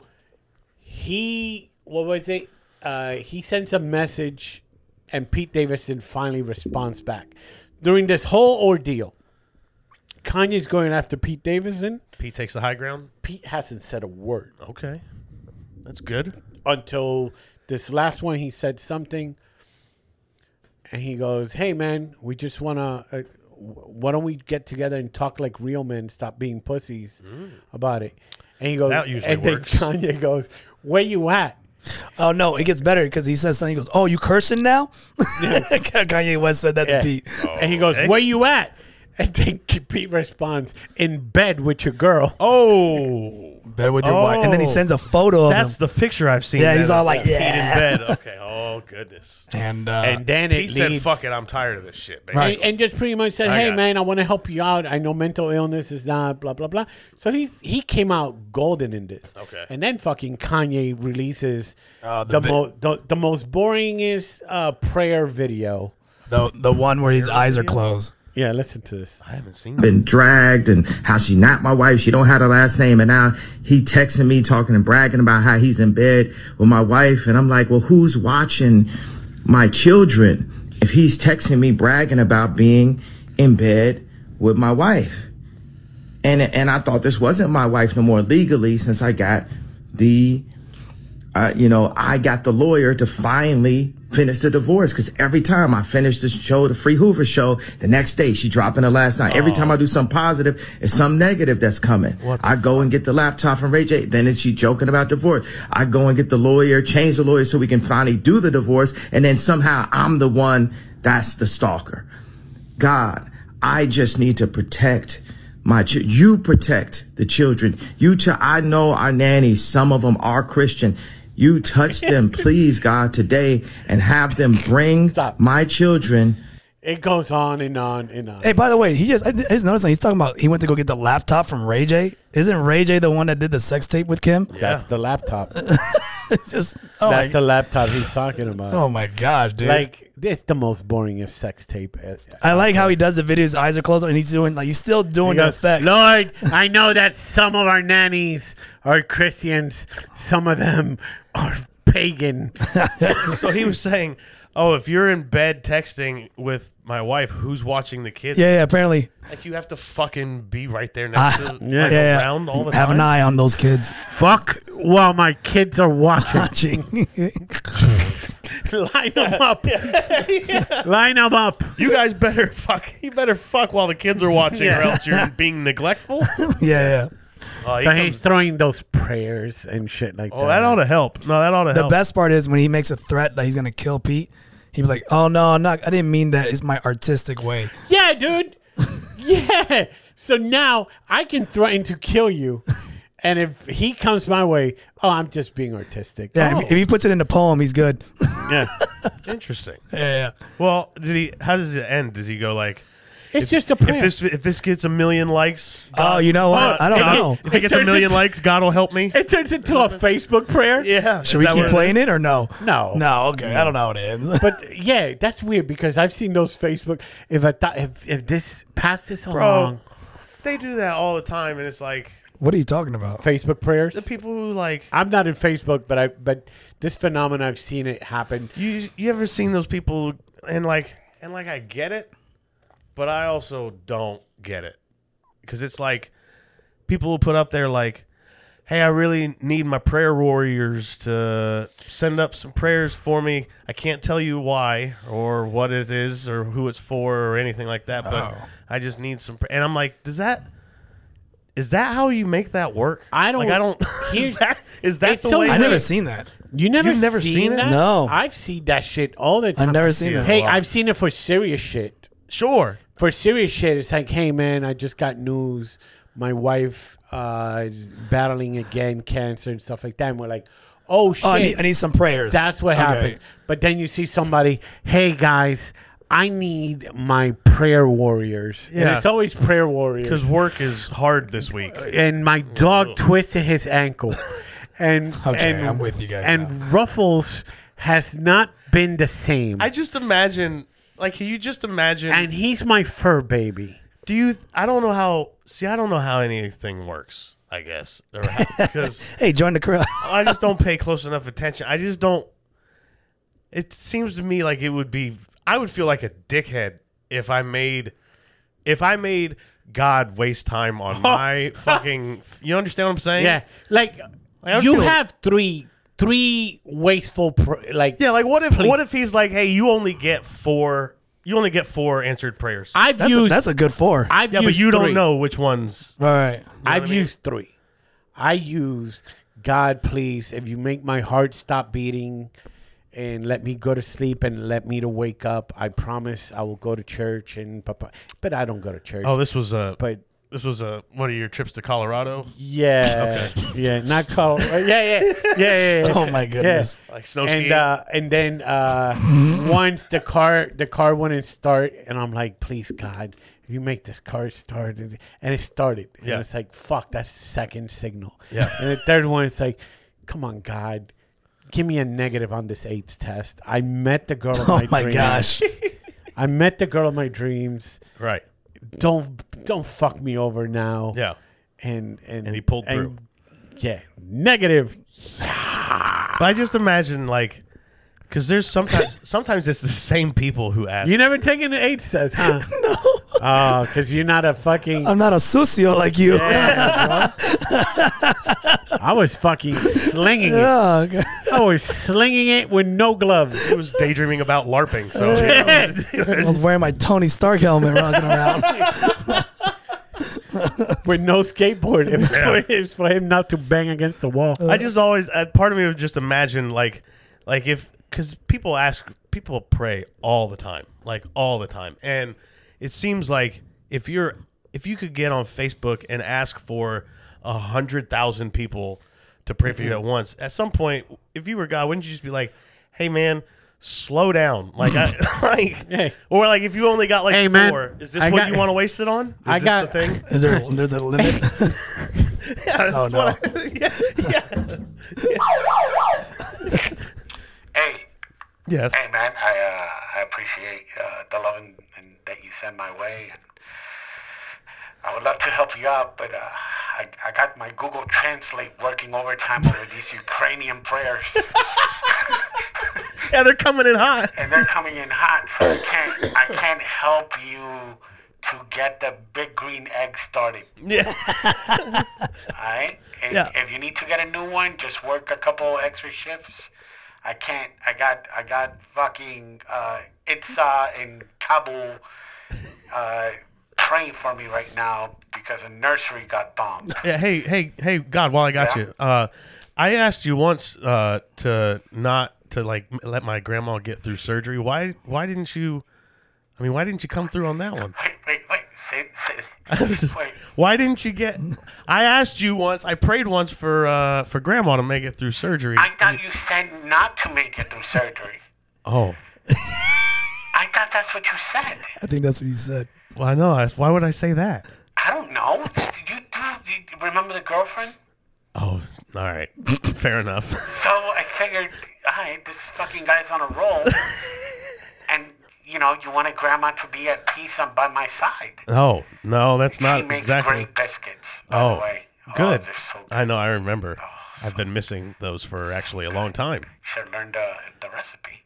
Speaker 3: he, what was it? Uh, he sends a message, and Pete Davidson finally responds back. During this whole ordeal, Kanye's going after Pete Davidson.
Speaker 4: Pete takes the high ground.
Speaker 3: Pete hasn't said a word
Speaker 4: Okay. That's good.
Speaker 3: until this last one. He said something, and he goes, "Hey man, we just wanna." Uh, why don't we get together and talk like real men? Stop being pussies about it. And he goes,
Speaker 4: Mm. That usually
Speaker 3: and then
Speaker 4: works.
Speaker 3: Kanye goes, "Where you at?"
Speaker 1: Oh no, it gets better because he says something. He goes, "Oh, you cursing now?" Kanye West said that
Speaker 4: Eh.
Speaker 3: Yeah.
Speaker 1: to Pete.
Speaker 4: Oh,
Speaker 3: and he goes,
Speaker 4: okay.
Speaker 3: "Where you at?" And then Pete responds, "In bed with your girl." Oh,
Speaker 4: Oh,
Speaker 1: Better with your wife. And then he
Speaker 4: Oh.
Speaker 1: sends a photo of
Speaker 4: that's
Speaker 1: him.
Speaker 4: the picture I've seen.
Speaker 1: Yeah,
Speaker 4: then
Speaker 1: he's
Speaker 4: of
Speaker 1: all like,
Speaker 4: Pete in
Speaker 1: "Yeah."
Speaker 4: bed. Okay. Oh goodness.
Speaker 1: And, uh,
Speaker 3: and then it
Speaker 4: Pete said,
Speaker 3: leads-
Speaker 4: "Fuck it, I'm tired of this shit." Basically.
Speaker 3: and, and just pretty much said,
Speaker 4: I
Speaker 3: "Hey
Speaker 4: got
Speaker 3: man, I want to help you out. I know mental illness is not blah blah blah." So he's he came out golden in this.
Speaker 4: Okay. Oh,
Speaker 3: And then fucking Kanye releases the, most the, the most boringest uh, prayer video.
Speaker 1: the the one where his eyes are closed.
Speaker 3: Yeah, listen to this.
Speaker 4: I haven't seen
Speaker 6: been dragged and how she not my wife. She don't have her last name. And now he texting me talking and bragging about how he's in bed with my wife. And I'm like, well, who's watching my children? If he's texting me bragging about being in bed with my wife. And, and I thought this wasn't my wife no more legally since I got the uh, you know, I got the lawyer to finally finish the divorce because every time I finish the show, the Free Hoover show, the next day she dropping the last night. Every time I do something positive, it's some negative that's coming. I go and get the laptop from Ray J. Then it's she joking about divorce. I go and get the lawyer, change the lawyer so we can finally do the divorce. And then somehow I'm the one that's the stalker. God, I just need to protect my ch- you protect the children. You ch- I know our nannies, some of them are Christian. You touch them, please, God, today and have them bring
Speaker 3: Stop.
Speaker 6: my children.
Speaker 3: It goes on and on and on.
Speaker 1: Hey, by the way, he just I just noticed he's talking about he went to go get the laptop from Ray J. Isn't Ray J the one that did the sex tape with Kim?
Speaker 3: That's the laptop.
Speaker 1: just oh
Speaker 3: That's
Speaker 1: my,
Speaker 3: the laptop he's talking about.
Speaker 1: oh my god, dude.
Speaker 3: Like it's the most boringest sex tape. uh,
Speaker 1: I like how he does the videos, eyes are closed, and he's doing like he's still doing the
Speaker 3: Because,
Speaker 1: effects.
Speaker 3: Lord, I know that some of our nannies are Christians, some of them are pagan.
Speaker 4: so he was saying, "Oh, if you're in bed texting with my wife, who's watching the kids?
Speaker 1: Yeah, yeah. Apparently,
Speaker 4: Like you have to fucking be right there next to,
Speaker 1: yeah,
Speaker 4: like,
Speaker 1: yeah.
Speaker 4: around all the
Speaker 1: have
Speaker 4: time."
Speaker 1: an eye on those kids.
Speaker 3: Fuck while my kids are watching.
Speaker 1: Watching.
Speaker 3: Line them up. Line them up.
Speaker 4: You guys better fuck. You better fuck while the kids are watching, or else you're being neglectful.
Speaker 1: yeah, yeah.
Speaker 4: Oh, he
Speaker 3: So
Speaker 4: comes-
Speaker 3: he's throwing those prayers and shit like
Speaker 4: oh,
Speaker 3: that.
Speaker 4: that ought to help. No, that ought to
Speaker 1: The
Speaker 4: help.
Speaker 1: best part is when he makes a threat that he's gonna kill Pete. He was like, "Oh no, I'm not. I didn't mean that. It's my artistic way."
Speaker 3: yeah, dude. yeah. So now I can threaten to kill you. And if he comes my way, oh, I'm just being artistic.
Speaker 1: Yeah, if, if he puts it in the poem, he's good.
Speaker 3: Oh, yeah.
Speaker 4: Interesting.
Speaker 1: yeah,
Speaker 4: Well, did he? How does it end? Does he go like,
Speaker 3: It's just a
Speaker 4: if
Speaker 3: print.
Speaker 4: this if this gets a million likes,
Speaker 1: Oh, you know what? I don't
Speaker 4: God-
Speaker 1: know.
Speaker 4: If it gets a million likes, God will help me.
Speaker 2: It turns into a Facebook prayer.
Speaker 4: Yeah.
Speaker 1: Should we keep playing it or no?
Speaker 3: No.
Speaker 1: No, okay. I don't know how it ends.
Speaker 3: but yeah, that's weird because I've seen those Facebook. If I thought if, if this pass this along,
Speaker 4: Bro, they do that all the time, and it's like
Speaker 1: what are you talking about?
Speaker 3: Facebook prayers.
Speaker 4: the people who like.
Speaker 3: I'm not in Facebook, but I but this phenomenon I've seen it happen.
Speaker 4: You you ever seen those people and like and like I get it, but I also don't get it because it's like people will put up there like, "Hey, I really need my prayer warriors to send up some prayers for me. I can't tell you why or what it is or who it's for or anything like that, but
Speaker 3: Oh.
Speaker 4: I just need some." Pra-. And I'm like, does that is that how you make that work?
Speaker 3: I don't-
Speaker 4: Like, I don't.
Speaker 3: Here's-
Speaker 4: Is that, is that
Speaker 3: it's
Speaker 4: the
Speaker 3: so
Speaker 4: way?
Speaker 1: I
Speaker 4: that-
Speaker 1: never seen that.
Speaker 3: You never
Speaker 4: You've never seen it?
Speaker 3: that?
Speaker 1: No.
Speaker 3: I've seen that shit all the time.
Speaker 1: never seen that.
Speaker 3: Hey,
Speaker 4: Wow.
Speaker 3: I've seen it for serious shit.
Speaker 4: Sure.
Speaker 3: For serious shit, it's like, hey man, I just got news. My wife uh, is battling again cancer and stuff like that. And we're like, oh shit.
Speaker 1: Oh, I need, I need some prayers.
Speaker 3: That's what
Speaker 1: Okay.
Speaker 3: happened. But then you see somebody, hey guys, I need my prayer warriors. And
Speaker 4: Yeah.
Speaker 3: it's always prayer warriors.
Speaker 4: Because work is hard this week.
Speaker 3: And my dog twisted his ankle. And
Speaker 1: Okay,
Speaker 3: and,
Speaker 1: I'm with you guys
Speaker 3: And Ruffles has not been the same.
Speaker 4: I just imagine, like, can you just imagine?
Speaker 3: and he's my fur baby.
Speaker 4: do you? I don't know how. See, I don't know how anything works. I guess because
Speaker 1: Hey, join the crowd.
Speaker 4: I just don't pay close enough attention. I just don't. It seems to me like it would be. I would feel like a dickhead if I made, if I made God waste time on my fucking. You understand what I'm saying?
Speaker 3: Yeah. Like
Speaker 4: I don't
Speaker 3: you
Speaker 4: feel-
Speaker 3: have three three wasteful pr- like
Speaker 4: Yeah. Like, what if?
Speaker 3: Please.
Speaker 4: What if he's like, hey, you only get four. You only get four answered prayers.
Speaker 3: I've
Speaker 1: That's a,
Speaker 3: used
Speaker 1: that's a good four. All
Speaker 3: I've
Speaker 4: yeah,
Speaker 3: used
Speaker 4: but you do don't
Speaker 3: three.
Speaker 4: know which ones.
Speaker 1: right.
Speaker 3: I've used three. I use God, please, if you make my heart stop beating and let me go to sleep and let me to wake up, I promise I will go to church and papa. But I don't go to church.
Speaker 4: Oh, this was a.
Speaker 3: But
Speaker 4: This was a one of your trips to Colorado,
Speaker 3: yeah, yeah, not call. Yeah, yeah, yeah, yeah. yeah.
Speaker 1: Oh my goodness.
Speaker 4: like snow
Speaker 3: And uh, and then uh, once the car the car wouldn't start, and I'm like, please God, if you make this car start, and and it started. And
Speaker 4: Yeah.
Speaker 3: it's like, fuck, that's the second signal.
Speaker 4: Yeah.
Speaker 3: And the third one, it's like, come on, God, give me a negative on this AIDS test. I met the girl. Of
Speaker 1: Oh
Speaker 3: my,
Speaker 1: my
Speaker 3: dreams.
Speaker 1: gosh.
Speaker 3: I met the girl of my dreams.
Speaker 4: right?
Speaker 3: Don't don't fuck me over now.
Speaker 4: Yeah,
Speaker 3: And and
Speaker 4: And he pulled through.
Speaker 3: Yeah, negative.
Speaker 4: but I just imagine like, because there's sometimes sometimes it's the same people who ask.
Speaker 3: You never taken the AIDS test, huh? no. Oh, because you're not a fucking.
Speaker 1: I'm not a sucio like you.
Speaker 3: I was fucking slinging it.
Speaker 1: Oh, God.
Speaker 3: I was slinging it with no gloves.
Speaker 4: he was daydreaming about LARPing, so
Speaker 1: I was wearing my Tony Stark helmet rocking around.
Speaker 3: with no skateboard. It was, for, it was for him not to bang against the wall.
Speaker 4: I just always uh, part of me would just imagine like, like if because people ask people pray all the time, like all the time, and it seems like if you're if you could get on Facebook and ask for a hundred thousand people to pray
Speaker 3: Mm-hmm.
Speaker 4: for you at once, at some point, if you were God, wouldn't you just be like, hey man. Slow down, like, I, like,
Speaker 3: Hey.
Speaker 4: or like if you only got like
Speaker 3: Hey,
Speaker 4: four,
Speaker 3: man,
Speaker 4: is this
Speaker 3: I
Speaker 4: what
Speaker 3: got-
Speaker 4: you want to waste it on? Is
Speaker 3: I
Speaker 4: this
Speaker 3: got-
Speaker 4: the thing.
Speaker 1: Is there there's a limit?
Speaker 4: Yeah,
Speaker 1: Oh,
Speaker 4: that's what I, yeah, yeah.
Speaker 7: Hey,
Speaker 4: Yes.
Speaker 7: hey, man, I uh, I appreciate uh, the love and, and that you send my way. And I would love to help you out, but uh, I, I got my Google Translate working overtime over these Ukrainian prayers,
Speaker 4: Yeah, they're coming in hot.
Speaker 7: and they're coming in hot. So I can't I can't help you to get the big green egg started.
Speaker 4: Yeah.
Speaker 7: All right. And
Speaker 4: Yeah.
Speaker 7: If you need to get a new one, just work a couple extra shifts. I can't. I got. I got fucking uh, Itza in Kabul uh, praying for me right now because a nursery got bombed.
Speaker 4: Yeah, hey, hey, hey, God, while I got
Speaker 7: Yeah.
Speaker 4: you, uh, I asked you once uh, to not to like m- let my grandma get through surgery. Why? Why didn't you? I mean, why didn't you come through on that one?
Speaker 7: Wait, wait, wait. Say, say, Wait.
Speaker 4: Why didn't you get? I asked you once. I prayed once for uh, for grandma to make it through surgery.
Speaker 7: I thought you said not to make it through surgery.
Speaker 4: oh,
Speaker 7: I thought that's what you said.
Speaker 1: I think that's what you said.
Speaker 4: well, I know. I asked, why would I say that?
Speaker 7: I don't know. Did you do? Did you remember the girlfriend?
Speaker 4: Oh, all right. Fair enough.
Speaker 7: So I figured, all right, this fucking guy's on a roll, and you know, you want a grandma to be at peace on by my side.
Speaker 4: Oh no, that's
Speaker 7: she
Speaker 4: not
Speaker 7: makes
Speaker 4: exactly.
Speaker 7: great biscuits. By
Speaker 4: Oh,
Speaker 7: the way. Oh,
Speaker 4: good.
Speaker 7: they're so good.
Speaker 4: I know. I remember. I've been missing those for actually a long time.
Speaker 7: Should learn the the recipe.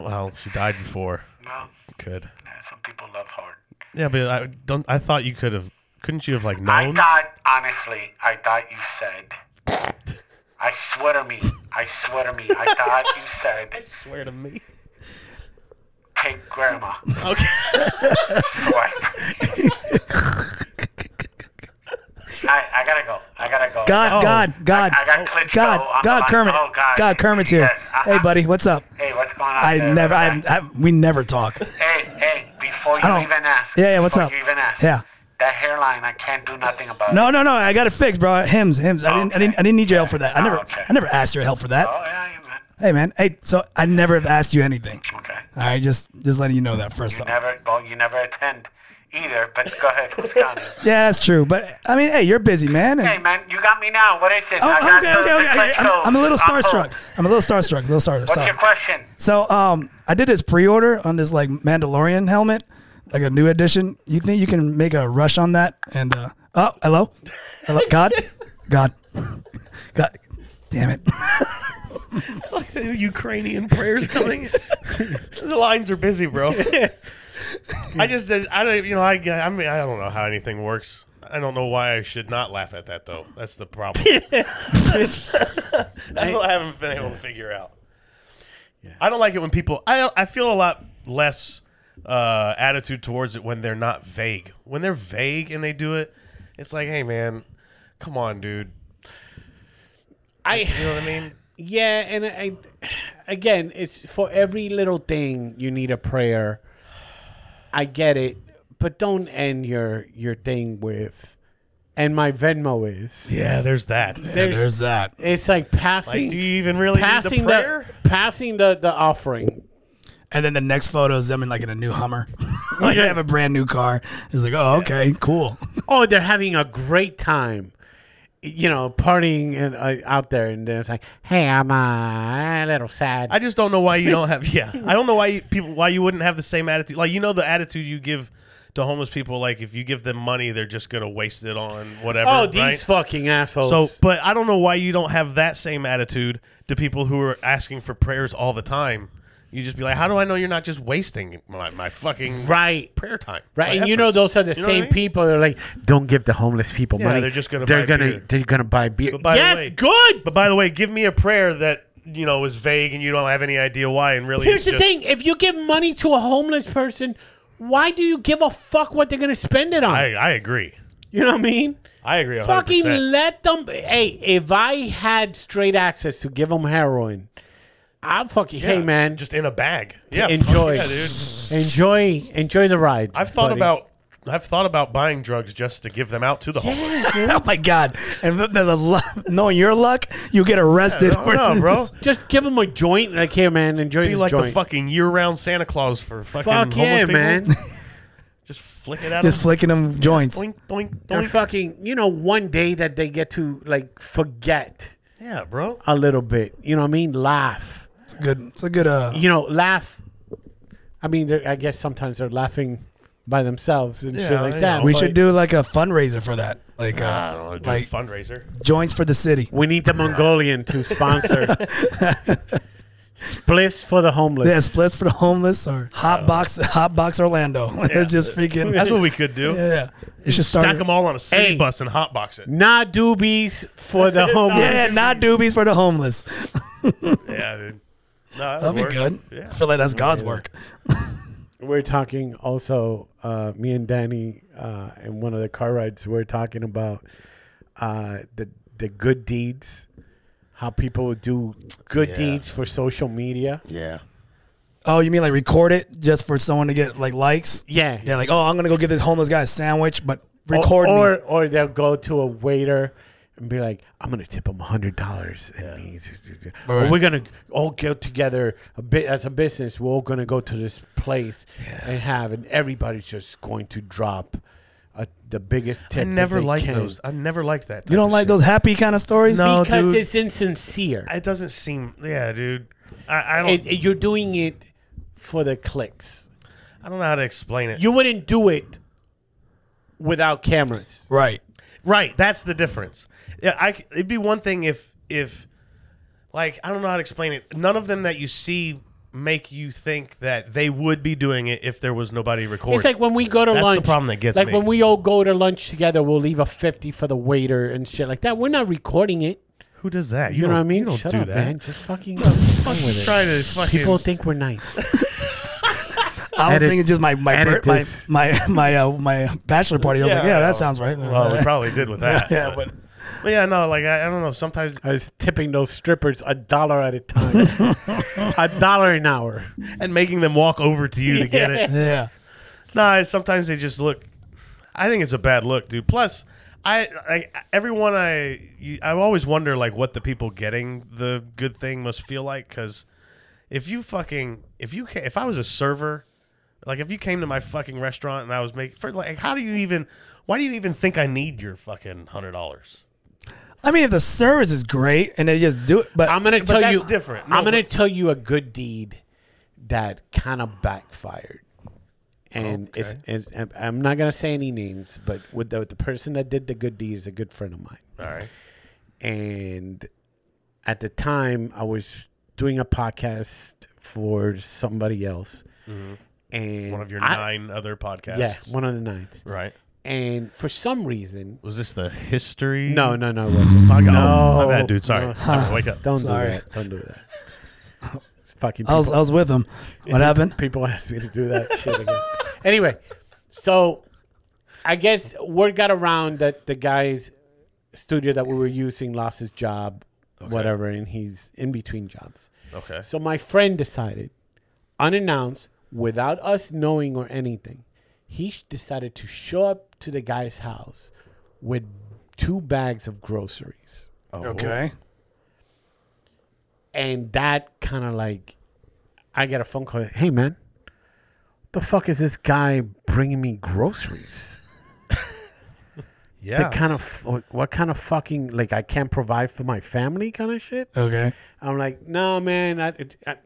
Speaker 4: Well, she died before.
Speaker 7: Well,
Speaker 4: Good.
Speaker 7: yeah, some people love hard.
Speaker 4: Yeah, but I don't. I thought you could have. Couldn't you have like
Speaker 7: I
Speaker 4: known?
Speaker 7: thought, honestly, I thought you said. I swear to me, I swear to me, I thought you said
Speaker 4: swear to me.
Speaker 7: take grandma. Okay. I, I gotta go. I gotta go.
Speaker 1: God,
Speaker 4: Oh.
Speaker 1: God, God,
Speaker 7: I got Klitschko
Speaker 1: God,
Speaker 7: on
Speaker 1: God,
Speaker 7: my-
Speaker 1: Kermit,
Speaker 7: oh, God.
Speaker 1: God, Kermit's here.
Speaker 7: Yes, uh-huh.
Speaker 1: Hey, buddy, what's up?
Speaker 7: Hey, what's going on?
Speaker 1: I
Speaker 7: there,
Speaker 1: never, I,
Speaker 7: Rebecca?
Speaker 1: I, we never talk.
Speaker 7: Hey, hey, before
Speaker 1: I don't-
Speaker 7: you even ask.
Speaker 1: Yeah, yeah, what's
Speaker 7: before
Speaker 1: up?
Speaker 7: You even ask.
Speaker 1: Yeah.
Speaker 7: That hairline, I can't do nothing about.
Speaker 1: No, no, no. I got it fixed, bro. Hims, hims. I didn't, I didn't, I didn't need your help for that. I never,
Speaker 7: Okay.
Speaker 1: I never asked your help for
Speaker 7: Oh
Speaker 1: that.
Speaker 7: yeah, yeah, man.
Speaker 1: Hey, man. Hey, so I never have asked you anything.
Speaker 7: Okay.
Speaker 1: All right, just, just letting you know that first
Speaker 7: You
Speaker 1: off.
Speaker 7: never, well, you never attend either. But go ahead, who's counting?
Speaker 1: Yeah, that's true. But I mean, hey, you're busy, man. and-
Speaker 7: Hey man, you got me now. What is it?
Speaker 1: oh,
Speaker 7: I got
Speaker 1: okay,
Speaker 7: the-
Speaker 1: okay,
Speaker 7: the
Speaker 1: okay. okay.
Speaker 7: Klitschko.
Speaker 1: I'm, I'm a little
Speaker 7: I'm
Speaker 1: starstruck.
Speaker 7: hooked.
Speaker 1: I'm a little starstruck. A little starstruck.
Speaker 7: What's
Speaker 1: sorry.
Speaker 7: your question?
Speaker 1: So um, I did this pre-order on this like Mandalorian helmet, like a new edition. You think you can make a rush on that? And uh, oh, hello, hello, God, God, God, damn it!
Speaker 4: Ukrainian prayers coming. the lines are busy, bro. I just, I don't, you know, I, I mean, I don't know how anything works. I don't know why I should not laugh at that though. That's the problem. That's what I haven't been able to figure out. I don't like it when people. I I feel a lot less uh, attitude towards it when they're not vague. When they're vague and they do it, it's like, hey man, come on, dude.
Speaker 3: I
Speaker 4: You know what I mean?
Speaker 3: yeah, and I again, it's for every little thing you need a prayer. I get it, but don't end your your thing with. And my Venmo is.
Speaker 4: Yeah, there's that.
Speaker 3: There's,
Speaker 1: that.
Speaker 3: it's like passing.
Speaker 4: Like, do you even really need
Speaker 3: passing
Speaker 4: the prayer?
Speaker 3: the passing the the offering.
Speaker 1: And then the next photo is them in like in a new Hummer. like I have a brand new car. It's like, oh, okay, cool.
Speaker 3: oh, they're having a great time, you know, partying and uh, out there, and then it's like, hey, I'm uh, a little sad.
Speaker 4: I just don't know why you don't have. Yeah, I don't know why you, people why you wouldn't have the same attitude. Like you know the attitude you give to homeless people. Like if you give them money, they're just gonna waste it on whatever.
Speaker 3: oh, these
Speaker 4: right?
Speaker 3: fucking assholes.
Speaker 4: So, but I don't know why you don't have that same attitude to people who are asking for prayers all the time. You just be like, how do I know you're not just wasting my, my fucking
Speaker 3: right.
Speaker 4: prayer time?
Speaker 3: Right,
Speaker 4: my
Speaker 3: and you know
Speaker 4: efforts?
Speaker 3: those are the
Speaker 4: You know what I
Speaker 3: same
Speaker 4: mean?
Speaker 3: people. They're like, don't give the homeless people
Speaker 4: Yeah,
Speaker 3: money.
Speaker 4: they're just gonna
Speaker 3: They're
Speaker 4: buy
Speaker 3: gonna.
Speaker 4: beer.
Speaker 3: They're gonna buy beer.
Speaker 4: But by the
Speaker 3: yes,
Speaker 4: way-
Speaker 3: good.
Speaker 4: But by the way, give me a prayer that you know is vague and you don't have any idea why. And really,
Speaker 3: Here's
Speaker 4: it's
Speaker 3: the
Speaker 4: just,
Speaker 3: thing: if you give money to a homeless person, why do you give a fuck what they're gonna spend it on?
Speaker 4: I, I agree.
Speaker 3: you know what I mean?
Speaker 4: I agree. 100%.
Speaker 3: Fucking let them. Hey, if I had straight access to give them heroin, I'd fucking. Hey,
Speaker 4: Yeah,
Speaker 3: man, just
Speaker 4: just in a bag. Yeah, fuck
Speaker 3: enjoy.
Speaker 4: yeah, dude.
Speaker 3: enjoy, enjoy the ride.
Speaker 4: I've thought
Speaker 3: buddy.
Speaker 4: about I've thought about buying drugs just to give them out to the homeless.
Speaker 3: Yeah, dude.
Speaker 1: Oh my god! And the, the, the lu- knowing your luck, you get arrested.
Speaker 4: I don't know, bro.
Speaker 3: Just give them a joint. Like, here, man, enjoy
Speaker 4: Be
Speaker 3: this
Speaker 4: like
Speaker 3: joint.
Speaker 4: the fucking year-round Santa Claus for fucking
Speaker 3: Fuck
Speaker 4: homeless
Speaker 3: yeah,
Speaker 4: people.
Speaker 3: man.
Speaker 4: Just flick it out.
Speaker 1: Just flicking them joints.
Speaker 4: Doink, doink,
Speaker 3: They're
Speaker 4: doink.
Speaker 3: fucking. You know, one day that they get to like forget
Speaker 4: Yeah, bro.
Speaker 3: a little bit. You know what I mean? Laugh.
Speaker 1: It's a good. It's a good. Uh,
Speaker 3: You know, laugh. I mean, they're- I guess sometimes they're laughing by themselves and shit
Speaker 4: Yeah,
Speaker 3: like
Speaker 4: I
Speaker 3: that.
Speaker 4: know.
Speaker 1: we
Speaker 3: but-
Speaker 1: should do like a fundraiser for that. Like,
Speaker 4: I
Speaker 1: uh,
Speaker 4: don't know, do
Speaker 1: Like-
Speaker 4: a fundraiser.
Speaker 1: joints for the city.
Speaker 3: We need the Mongolian to sponsor spliffs for the homeless.
Speaker 1: Yeah, splits for the homeless or hot box, hot box Orlando. it's just freaking.
Speaker 4: That's what we could do.
Speaker 1: yeah, yeah. It should
Speaker 4: Stack
Speaker 1: start.
Speaker 4: them all on a city
Speaker 3: Hey.
Speaker 4: bus and hotbox it.
Speaker 3: Nah doobies for the homeless.
Speaker 1: Yeah, not doobies for the homeless.
Speaker 4: Yeah, dude. No, that
Speaker 1: That'll be
Speaker 4: work.
Speaker 1: good.
Speaker 4: Yeah.
Speaker 1: I feel like that's God's work.
Speaker 3: We're talking also, uh, me and Danny, uh, in one of the car rides, we're talking about uh, the the good deeds, how people would do good deeds for social media.
Speaker 4: Yeah.
Speaker 1: Oh, you mean like record it just for someone to get like likes?
Speaker 3: Yeah.
Speaker 1: Yeah, like oh, I'm gonna go give this homeless guy a sandwich, but record
Speaker 3: or,
Speaker 1: me.
Speaker 3: Or, or they'll go to a waiter and be like, "I'm gonna tip him hundred dollars." Or we're gonna all get together a bit as a business. We're all gonna go to this place and have, and everybody's just going to drop a, the biggest tip.
Speaker 4: I
Speaker 3: that
Speaker 4: never
Speaker 3: they
Speaker 4: liked
Speaker 3: can.
Speaker 4: those. I never liked that.
Speaker 1: You don't like those happy kind of stories?
Speaker 4: No,
Speaker 3: because
Speaker 4: dude.
Speaker 3: it's insincere.
Speaker 4: It doesn't seem. Yeah, dude. I, I don't.
Speaker 3: It- it- you're doing it for the clicks.
Speaker 4: I don't know how to explain it.
Speaker 3: You wouldn't do it without cameras.
Speaker 1: Right.
Speaker 4: Right, that's the difference. Yeah, I c- it'd be one thing if if like I don't know how to explain it. None of them that you see make you think that they would be doing it if there was nobody recording.
Speaker 3: It's like when we go to
Speaker 4: That's the
Speaker 3: lunch.
Speaker 4: problem that gets
Speaker 3: like
Speaker 4: me.
Speaker 3: when we all go to lunch together, we'll leave a fifty for the waiter and shit like that. We're not recording it.
Speaker 4: who does that?
Speaker 3: You, know what I
Speaker 4: don't-
Speaker 3: mean?
Speaker 4: You don't
Speaker 3: Shut
Speaker 4: do
Speaker 3: up,
Speaker 4: that.
Speaker 3: man. Just fucking have fun with it.
Speaker 4: Try to fucking
Speaker 3: People think we're nice.
Speaker 1: I was
Speaker 6: Edit-
Speaker 1: thinking just my my
Speaker 6: edit
Speaker 1: bir- my
Speaker 6: this.
Speaker 1: my my, uh, my bachelor party. I was like, yeah,
Speaker 4: well,
Speaker 1: that sounds right.
Speaker 4: Well, we probably did with that.
Speaker 1: Yeah,
Speaker 4: but but yeah, no, like I, I don't know. Sometimes
Speaker 3: I was tipping those strippers a dollar at a time, a dollar an hour.
Speaker 4: and making them walk over to you to get it.
Speaker 1: yeah.
Speaker 4: Nah, sometimes they just look. I think it's a bad look, dude. Plus, I, I everyone I you, I always wonder like what the people getting the good thing must feel like because if you fucking if you ca- if I was a server, like if you came to my fucking restaurant and I was making for like how do you even why do you even think I need your fucking hundred dollars?
Speaker 1: I mean, if the service is great and they just do it, but
Speaker 3: I'm gonna
Speaker 4: But
Speaker 3: tell
Speaker 4: that's
Speaker 3: you
Speaker 4: different.
Speaker 3: I'm
Speaker 4: No,
Speaker 3: gonna tell you a good deed that kind of backfired, and it's, it's, I'm- I'm not gonna say any names, but with the, the person that did the good deed is a good friend of mine.
Speaker 4: All right,
Speaker 3: and at the time I was doing a podcast for somebody else, and
Speaker 4: Mm-hmm. one of your
Speaker 3: I-
Speaker 4: nine other podcasts.
Speaker 3: yeah, one of the nines,
Speaker 4: right.
Speaker 3: and for some reason,
Speaker 4: Was this the history?
Speaker 3: no, no, no, it wasn't.
Speaker 4: Podcast?
Speaker 3: No.
Speaker 4: Oh, my bad, dude. Sorry. Sorry, wake up.
Speaker 3: don't
Speaker 1: Sorry. Oh,
Speaker 3: do that, don't do that. Fucking
Speaker 1: I was
Speaker 3: people-
Speaker 1: I was with him. What happened?
Speaker 3: People asked me to do that shit again. Anyway, so I guess word got around that the guy's studio that we were using lost his job, whatever, and he's in between jobs.
Speaker 4: Okay.
Speaker 3: So my friend decided, unannounced, without us knowing or anything, he sh- decided to show up to the guy's house with two bags of groceries.
Speaker 1: Okay.
Speaker 3: And that kind of like, I get a phone call. Hey, man, the fuck is this guy bringing me groceries?
Speaker 4: Yeah.
Speaker 3: The kind of what- what kind of fucking like I can't provide for my family kind of shit.
Speaker 1: Okay.
Speaker 3: I'm like, no, man. I, it, I,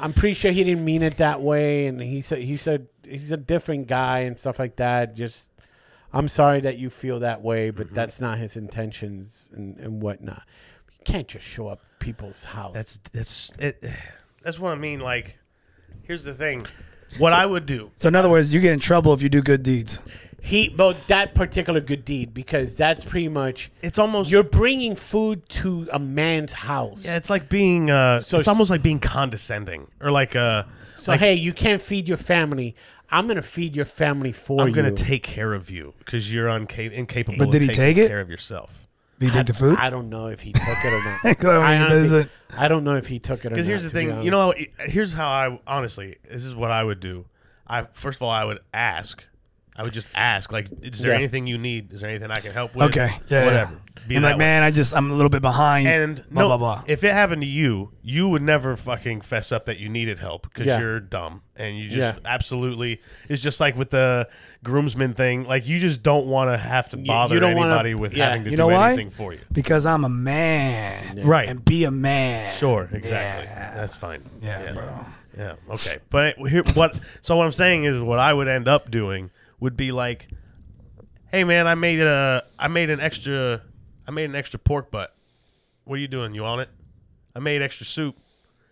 Speaker 3: I'm pretty sure he didn't mean it that way, and he said he said he's a different guy and stuff like that. Just, I'm sorry that you feel that way, but that's not his intentions and, and whatnot. You can't just show up people's house.
Speaker 4: That's that's it, that's what I mean. Like, here's the thing: what I would do.
Speaker 1: So in other words, you get in trouble if you do good deeds.
Speaker 3: he, but that particular good deed because that's pretty much
Speaker 4: It's almost
Speaker 3: you're bringing food to a man's house.
Speaker 4: yeah, it's like being. Uh,
Speaker 3: So
Speaker 4: it's almost like being condescending, or like uh,
Speaker 3: so hey, you can't feed your family. I'm gonna feed your family for
Speaker 4: I'm
Speaker 3: you.
Speaker 4: gonna take care of you because you're unca- incapable.
Speaker 1: But
Speaker 4: of
Speaker 1: did he
Speaker 4: taking
Speaker 1: take it?
Speaker 4: Care of yourself.
Speaker 1: Do you take the food?
Speaker 3: I don't know if he took it or not.
Speaker 1: 'Cause I mean,
Speaker 3: I, honestly-
Speaker 1: there's
Speaker 3: I don't know if he took it or not.
Speaker 4: Because here's the
Speaker 3: to be
Speaker 4: thing, you
Speaker 3: honest.
Speaker 4: know, here's how I honestly, this is what I would do. I first of all, I would ask. I would just ask, like, is there
Speaker 3: Yeah.
Speaker 4: anything you need? Is there anything I can help with?
Speaker 1: okay. Yeah.
Speaker 4: Whatever.
Speaker 1: Yeah.
Speaker 4: Be
Speaker 1: and
Speaker 4: that
Speaker 1: like,
Speaker 4: way.
Speaker 1: man, I just I'm a little bit behind.
Speaker 4: And
Speaker 1: blah
Speaker 4: no,
Speaker 1: blah blah.
Speaker 4: If it happened to you, you would never fucking fess up that you needed help because
Speaker 3: Yeah.
Speaker 4: you're dumb and you just
Speaker 3: Yeah.
Speaker 4: absolutely. It's just like with the groomsman thing. Like you just don't want to have to bother
Speaker 3: don't wanna-
Speaker 4: anybody with
Speaker 3: yeah.
Speaker 4: having to
Speaker 1: you
Speaker 4: do
Speaker 1: know why?
Speaker 4: anything for you.
Speaker 1: Because I'm a man.
Speaker 4: Right.
Speaker 1: And be a man.
Speaker 4: Sure, exactly. That's fine.
Speaker 1: Yeah,
Speaker 4: yeah.
Speaker 1: bro.
Speaker 4: Yeah, Okay, but here, what? So what I'm saying is, what I would end up doing would be like, "Hey, man, I made a, I made an extra, I made an extra pork butt. What are you doing? You want it? I made extra soup.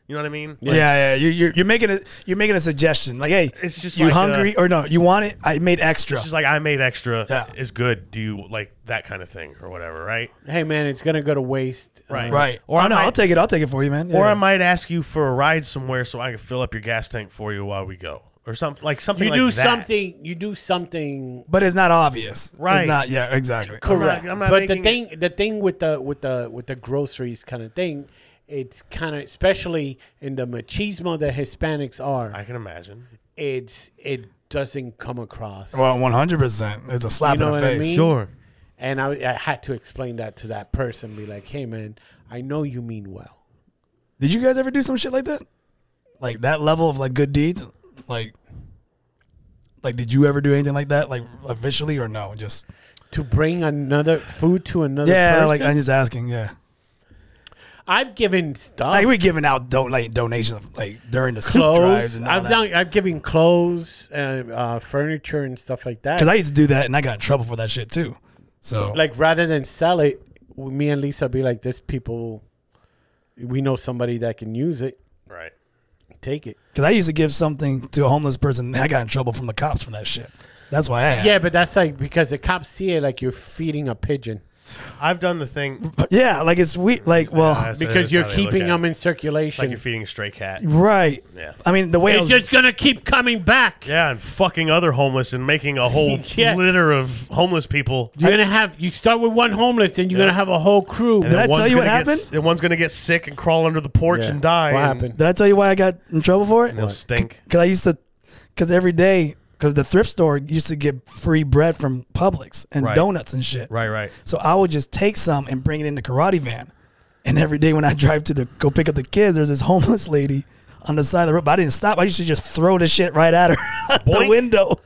Speaker 4: You know what I mean?
Speaker 1: Yeah, yeah. You're, you're you're making a you're making a suggestion. Like, hey,
Speaker 4: It's just
Speaker 1: you
Speaker 4: like, uh,
Speaker 1: hungry or no? You want it? I made extra.
Speaker 4: She's like, I made extra.
Speaker 1: Yeah.
Speaker 4: It's good. Do you like that kind of thing or whatever, right?
Speaker 3: hey man, it's gonna go to waste. Uh,
Speaker 4: Right.
Speaker 1: right.
Speaker 4: Or
Speaker 1: Or oh,
Speaker 4: I
Speaker 1: no,
Speaker 4: might-
Speaker 1: I'll take it. I'll take it for you, man.
Speaker 4: Or
Speaker 1: Yeah.
Speaker 4: I might ask you for a ride somewhere so I can fill up your gas tank for you while we go, or something like something.
Speaker 3: You
Speaker 4: like
Speaker 3: do
Speaker 4: that.
Speaker 3: something. You do something.
Speaker 1: but it's not obvious.
Speaker 4: Right.
Speaker 1: It's not. Yeah. Exactly.
Speaker 4: I'm not-
Speaker 3: Correct.
Speaker 4: I'm not
Speaker 3: but the
Speaker 4: making-
Speaker 3: thing, the thing with the with the with the groceries kind of thing, it's kind of especially in the machismo that Hispanics are.
Speaker 4: I can imagine.
Speaker 3: it's it doesn't come across.
Speaker 1: Well, 100%. It's a slap
Speaker 3: You
Speaker 1: in
Speaker 3: know
Speaker 1: the
Speaker 3: what I
Speaker 1: face.
Speaker 3: mean?
Speaker 4: Sure.
Speaker 3: and I, I had to explain that to that person, be like, "Hey, man, I know you mean well."
Speaker 1: Did you guys ever do some shit like that? Like that level of like good deeds? Like like did you ever do anything like that? Like officially or no? Just
Speaker 3: To bring another food to another
Speaker 1: Yeah,
Speaker 3: person,
Speaker 1: like I'm just asking, yeah.
Speaker 3: I've given stuff.
Speaker 1: Like we're giving out don- like donations like during the soup drives
Speaker 3: Uh, clothes.
Speaker 1: and all
Speaker 3: I've
Speaker 1: that.
Speaker 3: done. I've given clothes and uh, furniture and stuff like that.
Speaker 1: Cause I used to do that and I got in trouble for that shit too. So
Speaker 3: like rather than sell it, w- me and Lisa be like, "This people, we know somebody that can use it.
Speaker 4: Right.
Speaker 3: Take it."
Speaker 1: cause I used to give something to a homeless person and I got in trouble from the cops for that shit. That's why I had.
Speaker 3: Yeah, but that's like because the cops see it like you're feeding a pigeon
Speaker 4: I've done the thing
Speaker 1: Yeah, like it's weird. Like, well,
Speaker 4: That's-
Speaker 3: because
Speaker 4: that's
Speaker 3: you're
Speaker 4: how they look
Speaker 3: keeping
Speaker 4: at
Speaker 3: them
Speaker 4: it.
Speaker 3: in circulation.
Speaker 4: like you're feeding a stray cat.
Speaker 1: right.
Speaker 4: Yeah.
Speaker 1: I mean, the way I
Speaker 3: it's
Speaker 1: was,
Speaker 3: just gonna keep coming back.
Speaker 4: Yeah, and fucking other homeless and making a whole
Speaker 3: Yeah.
Speaker 4: litter of homeless people.
Speaker 3: You're gonna have you start with one homeless and you're gonna have a whole crew.
Speaker 4: And
Speaker 1: I
Speaker 4: one's
Speaker 1: tell you what
Speaker 4: gonna get
Speaker 1: happened?
Speaker 4: s- And one's gonna get sick and crawl under the porch
Speaker 3: Yeah.
Speaker 4: and die.
Speaker 3: What
Speaker 4: and
Speaker 3: happened?
Speaker 1: did I tell you why I got in trouble for it?
Speaker 4: They'll stink.
Speaker 1: because I used to, because every day, because the thrift store used to get free bread from Publix and
Speaker 4: Right.
Speaker 1: donuts and shit.
Speaker 4: Right, right.
Speaker 1: So I would just take some and bring it in the karate van, and every day when I drive to the go pick up the kids, there's this homeless lady on the side of the road. But I didn't stop. I used to just throw the shit right at her out the
Speaker 4: Boink.
Speaker 1: window,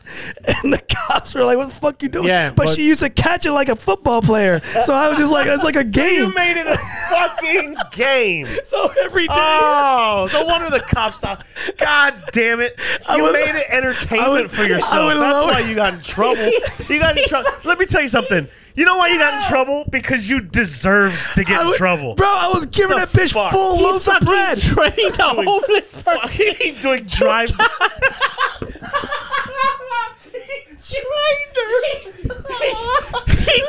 Speaker 1: and the cops were like, "What the fuck you doing?"
Speaker 3: Yeah,
Speaker 1: but,
Speaker 3: but-
Speaker 1: she used to catch it like a football player. So I was just like, it's like a
Speaker 4: You
Speaker 1: game.
Speaker 4: made it a fucking game.
Speaker 1: So every day.
Speaker 4: Oh, no wonder the cops out. God damn it. You
Speaker 1: would-
Speaker 4: made it entertainment
Speaker 1: I would-
Speaker 4: for
Speaker 1: I
Speaker 4: yourself.
Speaker 1: would
Speaker 4: That's
Speaker 1: lower-
Speaker 4: why you got in trouble. You got in trouble. Let me tell you something. You know why you got in trouble? Because you deserved to get
Speaker 1: I
Speaker 4: in
Speaker 1: would-
Speaker 4: trouble.
Speaker 1: Bro, I was giving
Speaker 4: The
Speaker 1: that bitch
Speaker 4: fuck?
Speaker 1: full loaves of bread.
Speaker 3: Training the homeless person.
Speaker 4: He's doing drive.
Speaker 3: He's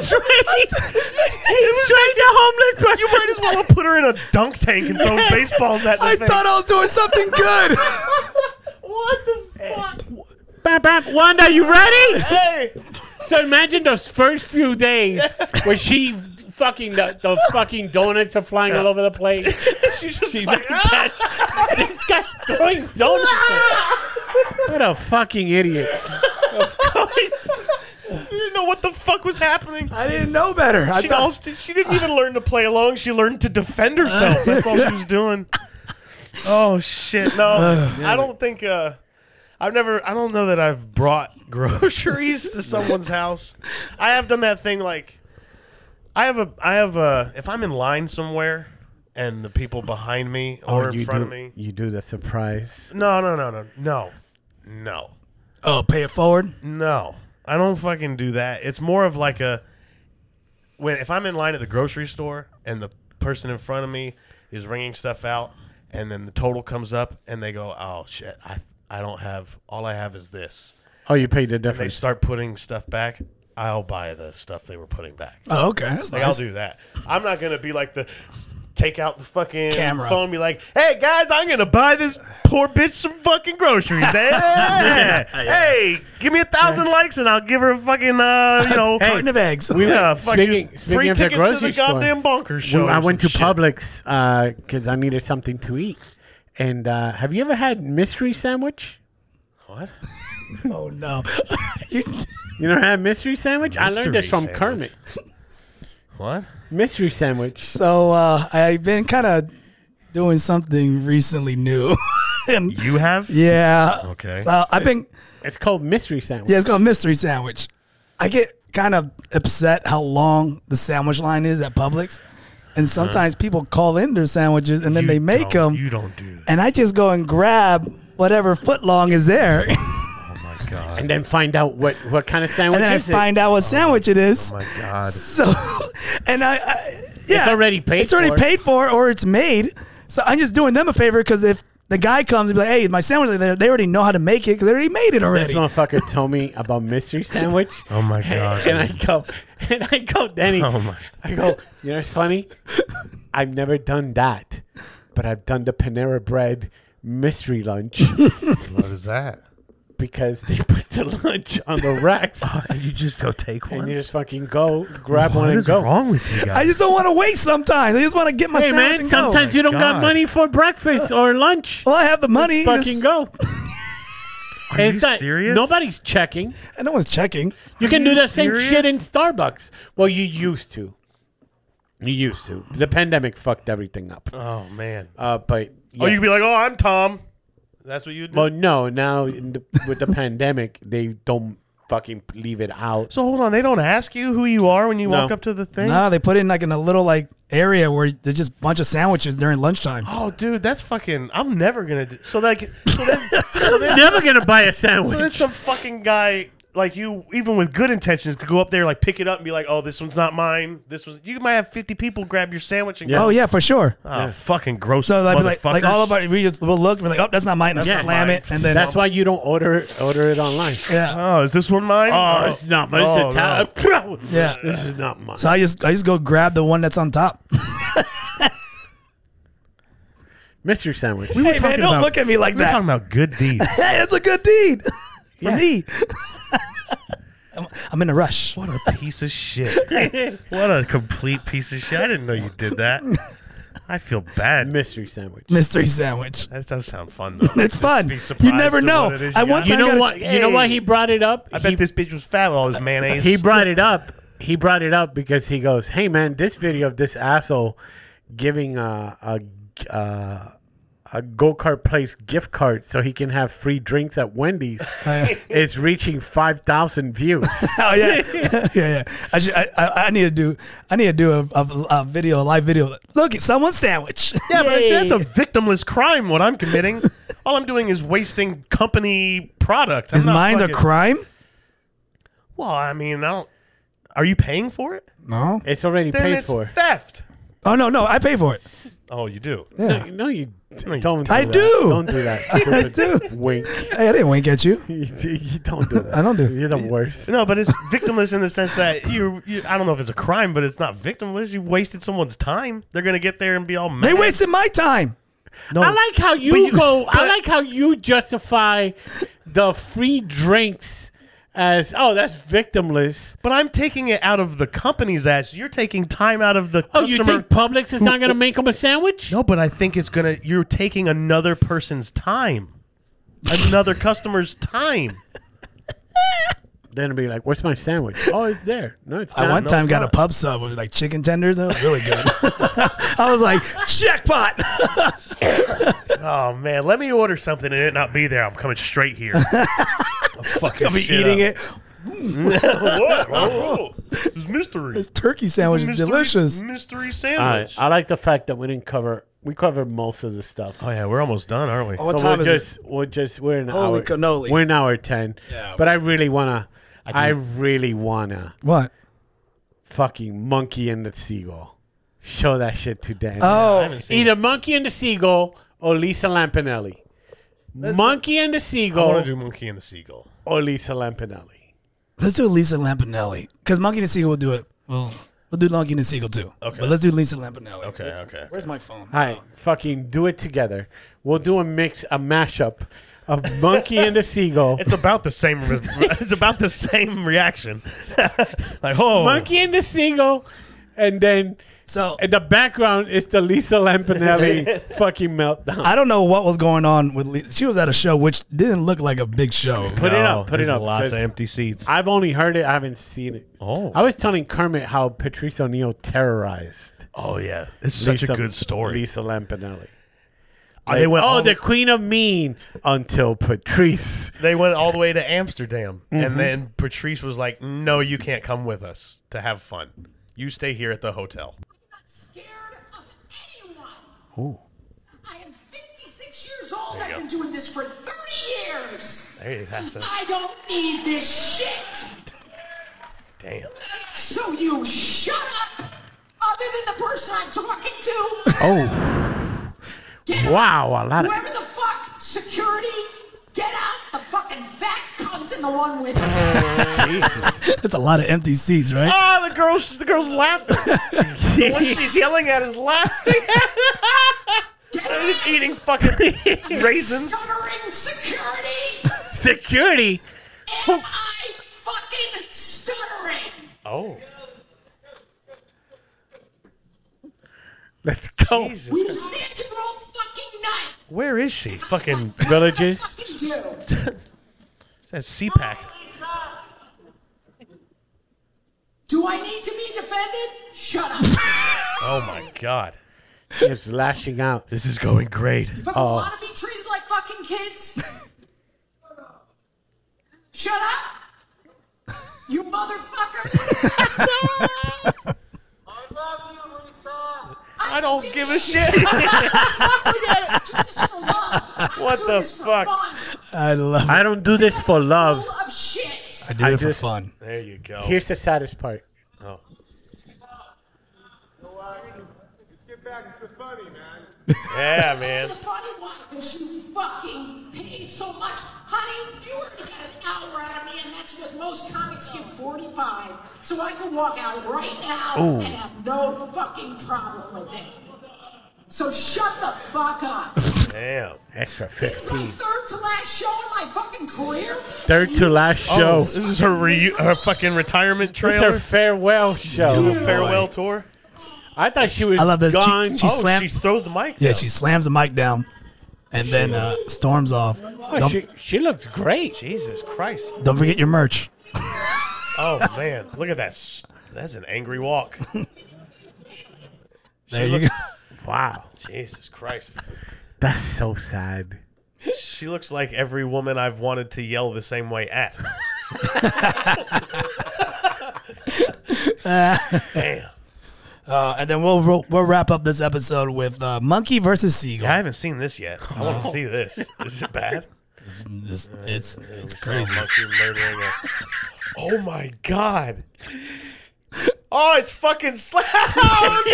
Speaker 3: training. He's training the homeless person.
Speaker 4: You might as well put her in a dunk tank and throw baseballs at the
Speaker 1: I
Speaker 4: thing.
Speaker 1: thought I was doing something good.
Speaker 3: Bam, bam. Wanda, you ready? Hey. So imagine those first few days where she fucking the, the fucking donuts are flying all over the place. She's just like, catch, this guy's throwing donuts.
Speaker 4: "Ah!"
Speaker 3: at- what a fucking idiot! Of course.
Speaker 4: You didn't know what the fuck was happening.
Speaker 1: I didn't know better. I
Speaker 4: She,
Speaker 1: thought-
Speaker 4: also, she didn't even learn to play along. She learned to defend herself. That's all she was doing. Oh shit! No, I don't think. Uh, I've never. I don't know that I've brought groceries to someone's house. I have done that thing like. I have a. I have a. If I'm in line somewhere, and the people behind me or in front
Speaker 3: do,
Speaker 4: of me.
Speaker 3: Oh, You do the surprise.
Speaker 4: No, no, no, no, no, no.
Speaker 1: oh, pay it forward.
Speaker 4: No, I don't fucking do that. It's more of like a when if I'm in line at the grocery store and the person in front of me is ringing stuff out, and then the total comes up, and they go, "Oh shit, I I don't have all I have is this."
Speaker 3: Oh, you paid the
Speaker 4: And they
Speaker 3: difference.
Speaker 4: start putting stuff back. I'll buy the stuff they were putting back.
Speaker 1: Oh, okay. That's
Speaker 4: Like
Speaker 1: nice.
Speaker 4: I'll do that. I'm not gonna be like the s- take out the fucking
Speaker 1: Camera.
Speaker 4: phone. And be like, hey guys, I'm gonna buy this poor bitch some fucking groceries. Hey, hey, give me a thousand likes and I'll give her a fucking uh, you know,
Speaker 1: Carton of eggs.
Speaker 4: we yeah, fucking
Speaker 3: speaking- speaking
Speaker 4: free
Speaker 3: of the
Speaker 4: tickets to
Speaker 3: grocery
Speaker 4: the
Speaker 3: store,
Speaker 4: goddamn bonkers show.
Speaker 3: When I
Speaker 4: or
Speaker 3: went to
Speaker 4: some shit.
Speaker 3: Publix because I needed something to eat. And uh, have you ever had mystery sandwich?
Speaker 4: What?
Speaker 1: oh no. You-
Speaker 3: You never had mystery sandwich? I learned
Speaker 4: Mystery
Speaker 3: this from
Speaker 4: sandwich.
Speaker 3: Kermit.
Speaker 4: What?
Speaker 3: Mystery sandwich.
Speaker 1: so uh, I've been kind of doing something recently new, and
Speaker 4: You have?
Speaker 1: yeah.
Speaker 4: Okay.
Speaker 1: So I've been
Speaker 3: It's called mystery sandwich.
Speaker 1: yeah. It's called mystery sandwich. I get kind of upset how long the sandwich line is at Publix, and sometimes people call in their sandwiches and then
Speaker 4: Uh-huh.
Speaker 1: they
Speaker 4: You
Speaker 1: make
Speaker 4: don't-
Speaker 1: them,
Speaker 4: You don't do that.
Speaker 1: and I just go and grab whatever foot long is there,
Speaker 4: Oh my god.
Speaker 3: And then find out what, what kind of sandwich
Speaker 1: and then I
Speaker 3: is
Speaker 1: find out what sandwich it is.
Speaker 4: Oh my god.
Speaker 1: So, and I, I yeah,
Speaker 3: It's already paid
Speaker 1: It's already
Speaker 3: for.
Speaker 1: paid for, or it's made. So I'm just doing them a favor because if the guy comes and be like, "Hey, my sandwich," they they already know how to make it because they already made it
Speaker 3: it. This
Speaker 1: already.
Speaker 3: motherfucker told me about mystery sandwich.
Speaker 4: Oh my god.
Speaker 3: And I go, and I go, Danny.
Speaker 4: Oh my-
Speaker 3: I go, you know, it's funny. I've never done that, but I've done the Panera bread mystery lunch
Speaker 4: what is that?
Speaker 3: because they put the lunch on the racks.
Speaker 4: Oh, You just go take
Speaker 3: And
Speaker 4: one.
Speaker 3: you just fucking go, grab one
Speaker 4: What
Speaker 3: and
Speaker 4: is
Speaker 3: go.
Speaker 4: wrong with you guys?
Speaker 1: I just don't want to wait. Sometimes I just want to get my
Speaker 3: Hey
Speaker 1: sandwich
Speaker 3: man,
Speaker 1: and go.
Speaker 3: sometimes you don't got
Speaker 4: Oh God.
Speaker 3: money for breakfast or lunch.
Speaker 1: Well, I have the money.
Speaker 3: Fucking
Speaker 1: just-
Speaker 3: go.
Speaker 4: Are you serious?
Speaker 3: Nobody's checking.
Speaker 1: And no one's checking.
Speaker 3: You can do
Speaker 4: you
Speaker 3: the same shit
Speaker 4: serious?
Speaker 3: in Starbucks. Well, you used to. You used to. The pandemic fucked everything up.
Speaker 4: Oh man.
Speaker 3: Uh, but
Speaker 4: Oh,
Speaker 3: yeah.
Speaker 4: you could be like, oh, I'm Tom. That's what you do.
Speaker 3: Well, no. Now in the, with the pandemic, they don't fucking leave it out.
Speaker 4: so hold on, they don't ask you who you are when you
Speaker 3: No.
Speaker 4: walk up to the thing.
Speaker 1: No, they put it in like in a little like area where there's just a bunch of sandwiches during lunchtime.
Speaker 4: Oh, dude, that's fucking. I'm never gonna do. So like, so then, so then,
Speaker 3: never gonna buy a
Speaker 4: so then
Speaker 3: sandwich.
Speaker 4: some fucking guy like you, even with good intentions, could go up there like pick it up and be like, oh, this one's not mine. This was. You might have 50 people grab your sandwich and
Speaker 1: Oh
Speaker 4: go.
Speaker 1: yeah, for sure.
Speaker 4: Oh, fucking gross.
Speaker 1: So like, like,
Speaker 4: motherfuckers.
Speaker 1: like all of our, we just we'll look, we're like, oh, that's not mine. Let's
Speaker 4: Yeah.
Speaker 1: slam
Speaker 4: Mine.
Speaker 1: it, and then
Speaker 3: That's why you don't order order it online.
Speaker 1: yeah,
Speaker 4: Oh, is this one mine?
Speaker 3: Oh, it's not mine.
Speaker 4: Oh,
Speaker 3: It's
Speaker 4: no.
Speaker 3: Italian.
Speaker 1: Yeah.
Speaker 3: this is not mine.
Speaker 1: So I just I just go grab the one that's on top.
Speaker 3: Mystery sandwich.
Speaker 4: We
Speaker 1: Hey
Speaker 4: were
Speaker 1: man,
Speaker 4: talking
Speaker 1: don't
Speaker 4: about-
Speaker 1: look at me like
Speaker 4: We're
Speaker 1: that.
Speaker 4: talking about good deeds.
Speaker 1: Hey, that's a good deed for
Speaker 3: Yeah.
Speaker 1: me. I'm- I'm in a rush.
Speaker 4: What a piece of shit. what a complete piece of shit. I didn't know you did that. I feel bad.
Speaker 3: Mystery sandwich.
Speaker 1: Mystery sandwich.
Speaker 4: That does sound fun though.
Speaker 1: It's
Speaker 4: Just
Speaker 1: fun.
Speaker 4: be
Speaker 1: You
Speaker 4: surprised
Speaker 1: never
Speaker 4: at
Speaker 1: know.
Speaker 4: what it is
Speaker 1: I
Speaker 4: you
Speaker 1: one
Speaker 4: got.
Speaker 1: time
Speaker 3: You know
Speaker 1: gotta-
Speaker 3: what? You know why he brought it up?
Speaker 4: I bet
Speaker 3: he,
Speaker 4: this bitch was fat with all this mayonnaise.
Speaker 3: he brought it up. He brought it up because he goes, "Hey man, this video of this asshole giving a a uh, a go kart place gift card so he can have free drinks at Wendy's is reaching five thousand views."
Speaker 1: Oh yeah, yeah, yeah. I, should, I, I I need to do I need to do a, a, a video, a live video. Look at someone's sandwich.
Speaker 4: yeah, but
Speaker 1: Yay.
Speaker 4: that's a victimless crime. What I'm committing, all I'm doing is wasting company product. I'm
Speaker 1: is
Speaker 4: not
Speaker 1: mine a
Speaker 4: fucking-
Speaker 1: crime?
Speaker 4: Well, I mean, I don't. Are you paying for it?
Speaker 1: No.
Speaker 3: it's already
Speaker 4: Then
Speaker 3: paid
Speaker 4: it's
Speaker 3: for.
Speaker 4: theft.
Speaker 1: Oh no, no, I pay for it.
Speaker 4: Oh, you do.
Speaker 3: No, no, you
Speaker 4: you
Speaker 3: don't. do
Speaker 1: I
Speaker 3: that.
Speaker 1: do.
Speaker 3: Don't do that. Stupid
Speaker 1: do.
Speaker 3: Wink.
Speaker 1: Hey, I didn't wink at you.
Speaker 3: You, you don't do that.
Speaker 1: I don't do.
Speaker 3: You're the worst.
Speaker 4: No, but it's victimless in the sense that you, you. I don't know if it's a crime, but it's not victimless. You wasted someone's time. They're gonna get there and be all mad.
Speaker 1: They wasted my time.
Speaker 4: No,
Speaker 3: I like how you,
Speaker 4: you-
Speaker 3: go. I
Speaker 4: but-
Speaker 3: like how you justify the free drinks as oh that's victimless.
Speaker 4: But I'm taking it out of the company's ass. You're taking time out of the
Speaker 3: Oh,
Speaker 4: customer.
Speaker 3: you think Publix is not going to make them a sandwich?
Speaker 4: no, but I think it's gonna. You're taking another person's time, another customer's time.
Speaker 3: Then it'll be like, "Where's my sandwich?" Oh, it's there. No, it's not.
Speaker 1: I one
Speaker 3: No,
Speaker 1: time
Speaker 3: it's
Speaker 1: got
Speaker 3: not.
Speaker 1: a pub sub with like chicken tenders. That was really good. I was like, jackpot.
Speaker 4: Oh man, let me order something and it not be there. I'm coming straight here. I'm fucking
Speaker 1: I'll be
Speaker 4: shit
Speaker 1: eating
Speaker 4: up.
Speaker 1: it.
Speaker 4: What? Oh, it's mystery.
Speaker 1: This turkey sandwich is
Speaker 4: Mystery-
Speaker 1: delicious.
Speaker 4: Mystery
Speaker 3: All right.
Speaker 4: sandwich.
Speaker 3: I like the fact that we didn't cover. We covered most of the stuff.
Speaker 4: oh yeah, we're almost done, aren't we?
Speaker 1: What
Speaker 3: So
Speaker 1: time
Speaker 3: we're
Speaker 1: is it?
Speaker 3: just, We're just. We're an
Speaker 1: Holy
Speaker 3: hour.
Speaker 1: cannoli.
Speaker 3: We're an hour ten. but I really wanna. I, really wanna
Speaker 1: What?
Speaker 3: fucking monkey and the seagull. Show that shit to
Speaker 4: I
Speaker 3: Dan.
Speaker 1: Oh,
Speaker 4: haven't seen
Speaker 3: Either Monkey and the Seagull or Lisa Lampanelli. Monkey and the
Speaker 4: it. I
Speaker 3: Seagull
Speaker 4: want to do Monkey and the Seagull.
Speaker 3: or Lisa Lampanelli.
Speaker 1: let's do Lisa Lampanelli because Monkey and the Seagull will do it. Well, we'll do Monkey and the Seagull too. Okay, but let's do Lisa Lampanelli.
Speaker 4: Okay, okay.
Speaker 1: Where's my phone?
Speaker 3: All right, fucking do it together. We'll do a mix, a mashup of Monkey and the Seagull.
Speaker 4: It's about the same. re- it's about the same reaction. like oh,
Speaker 3: Monkey and the Seagull, and then
Speaker 1: So
Speaker 3: in the background is the Lisa Lampanelli fucking meltdown.
Speaker 1: I don't know what was going on with. Lisa. She was at a show which didn't look like a big show.
Speaker 3: Put it up, put it
Speaker 4: there's
Speaker 3: up.
Speaker 4: Lots of
Speaker 3: Says-
Speaker 4: empty seats.
Speaker 3: I've only heard it, I haven't seen it.
Speaker 4: Oh.
Speaker 3: I was telling Kermit how Patrice O'Neill terrorized
Speaker 4: oh yeah, it's such
Speaker 3: Lisa-
Speaker 4: a good story.
Speaker 3: Lisa Lampanelli.
Speaker 4: Like, they went
Speaker 3: oh,
Speaker 4: all,
Speaker 3: the queen of mean until Patrice.
Speaker 4: they went all the way to Amsterdam,
Speaker 3: Mm-hmm.
Speaker 4: and then Patrice was like, "No, you can't come with us to have fun. You stay here at the hotel."
Speaker 8: not scared of anyone.
Speaker 3: Ooh.
Speaker 8: I am 56 years old.
Speaker 4: you
Speaker 8: I've
Speaker 4: go.
Speaker 8: been doing this for 30 years.
Speaker 4: There you have it.
Speaker 8: I don't need this shit.
Speaker 4: Damn.
Speaker 8: So you shut up. Other than the person I'm talking to,
Speaker 3: Oh,
Speaker 8: get
Speaker 3: wow, a lot of
Speaker 8: whoever the fuck security, get out the fucking fat cunt and the one with. Him.
Speaker 1: That's a lot of empty seats, right?
Speaker 4: Ah, the girl's the girl's laughing. the one she's yelling at is laughing.
Speaker 8: Get
Speaker 4: He's
Speaker 8: out.
Speaker 4: eating fucking raisins.
Speaker 8: Stuttering security.
Speaker 3: security.
Speaker 8: Am I fucking stuttering?
Speaker 4: Oh,
Speaker 3: Let's go.
Speaker 8: We
Speaker 4: Jesus!
Speaker 8: will stand your all fucking night.
Speaker 4: Where is she? Fucking
Speaker 3: Villages.
Speaker 8: Fucking do.
Speaker 4: That's CPAC.
Speaker 8: Do I need to be defended? Shut up.
Speaker 4: Oh my God.
Speaker 3: It's lashing out.
Speaker 4: This is going great.
Speaker 8: Fucking want to be treated like fucking kids? Shut up! You motherfucker!
Speaker 4: I don't give a shit.
Speaker 8: I do this for love. I don't
Speaker 4: What
Speaker 8: do
Speaker 4: the
Speaker 8: this for
Speaker 4: fuck?
Speaker 8: fun.
Speaker 1: I love
Speaker 3: I don't do this for love.
Speaker 8: Full of shit.
Speaker 1: I do
Speaker 3: I
Speaker 1: it for
Speaker 3: just-
Speaker 1: fun.
Speaker 4: There you go. Oh.
Speaker 3: Here's the saddest part.
Speaker 4: yeah, man.
Speaker 8: The funny one is you fucking paid so much. Honey, you already got an hour out of me, and that's what most comics give 45. So I can walk out right now and have no fucking problem with it. So shut the fuck up.
Speaker 4: Damn.
Speaker 3: Extra
Speaker 8: This is my
Speaker 3: 15.
Speaker 8: third to last show in my fucking career.
Speaker 3: Third to last
Speaker 4: Oh,
Speaker 3: show.
Speaker 4: this is her re- her fucking retirement
Speaker 3: It's her
Speaker 4: trailer.
Speaker 3: farewell show.
Speaker 4: farewell tour.
Speaker 3: I thought she was
Speaker 1: I love this. She-
Speaker 3: gone.
Speaker 1: she
Speaker 4: oh,
Speaker 1: slammed-
Speaker 4: she threw the mic.
Speaker 1: Yeah,
Speaker 4: down.
Speaker 1: she slams the mic down and then uh, storms off.
Speaker 3: Oh, she, she looks great.
Speaker 4: Jesus Christ.
Speaker 1: Don't forget your merch.
Speaker 4: Oh man, look at that. s- That's an angry walk.
Speaker 1: There
Speaker 4: she
Speaker 1: you
Speaker 4: looks,
Speaker 1: go.
Speaker 3: Wow.
Speaker 4: Jesus Christ.
Speaker 3: That's so sad.
Speaker 4: She looks like every woman I've wanted to yell the same way at. Damn.
Speaker 1: Uh, and then we'll ro- we'll wrap up this episode with uh, Monkey versus Seagull.
Speaker 4: Yeah, I haven't seen this yet. I want to see this. Is it bad?
Speaker 1: It's it's, it's
Speaker 4: Saw a
Speaker 1: crazy.
Speaker 4: monkey murdering a- Oh my god. Oh, it's fucking slapping.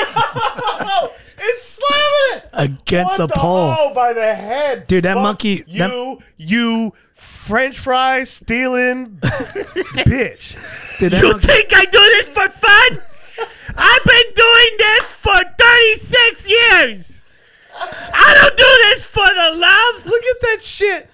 Speaker 4: Oh, no! It's slamming it.
Speaker 1: Against
Speaker 4: What
Speaker 1: a
Speaker 4: the-
Speaker 1: pole.
Speaker 4: Oh, by the head.
Speaker 1: Dude, that
Speaker 4: Fuck
Speaker 1: monkey-
Speaker 4: You,
Speaker 1: that-
Speaker 4: you French fry stealing bitch.
Speaker 1: Dude, that monkey,
Speaker 3: think I do this for fun? I've been doing this for 36 years. I don't do this for the love.
Speaker 4: Look at that shit.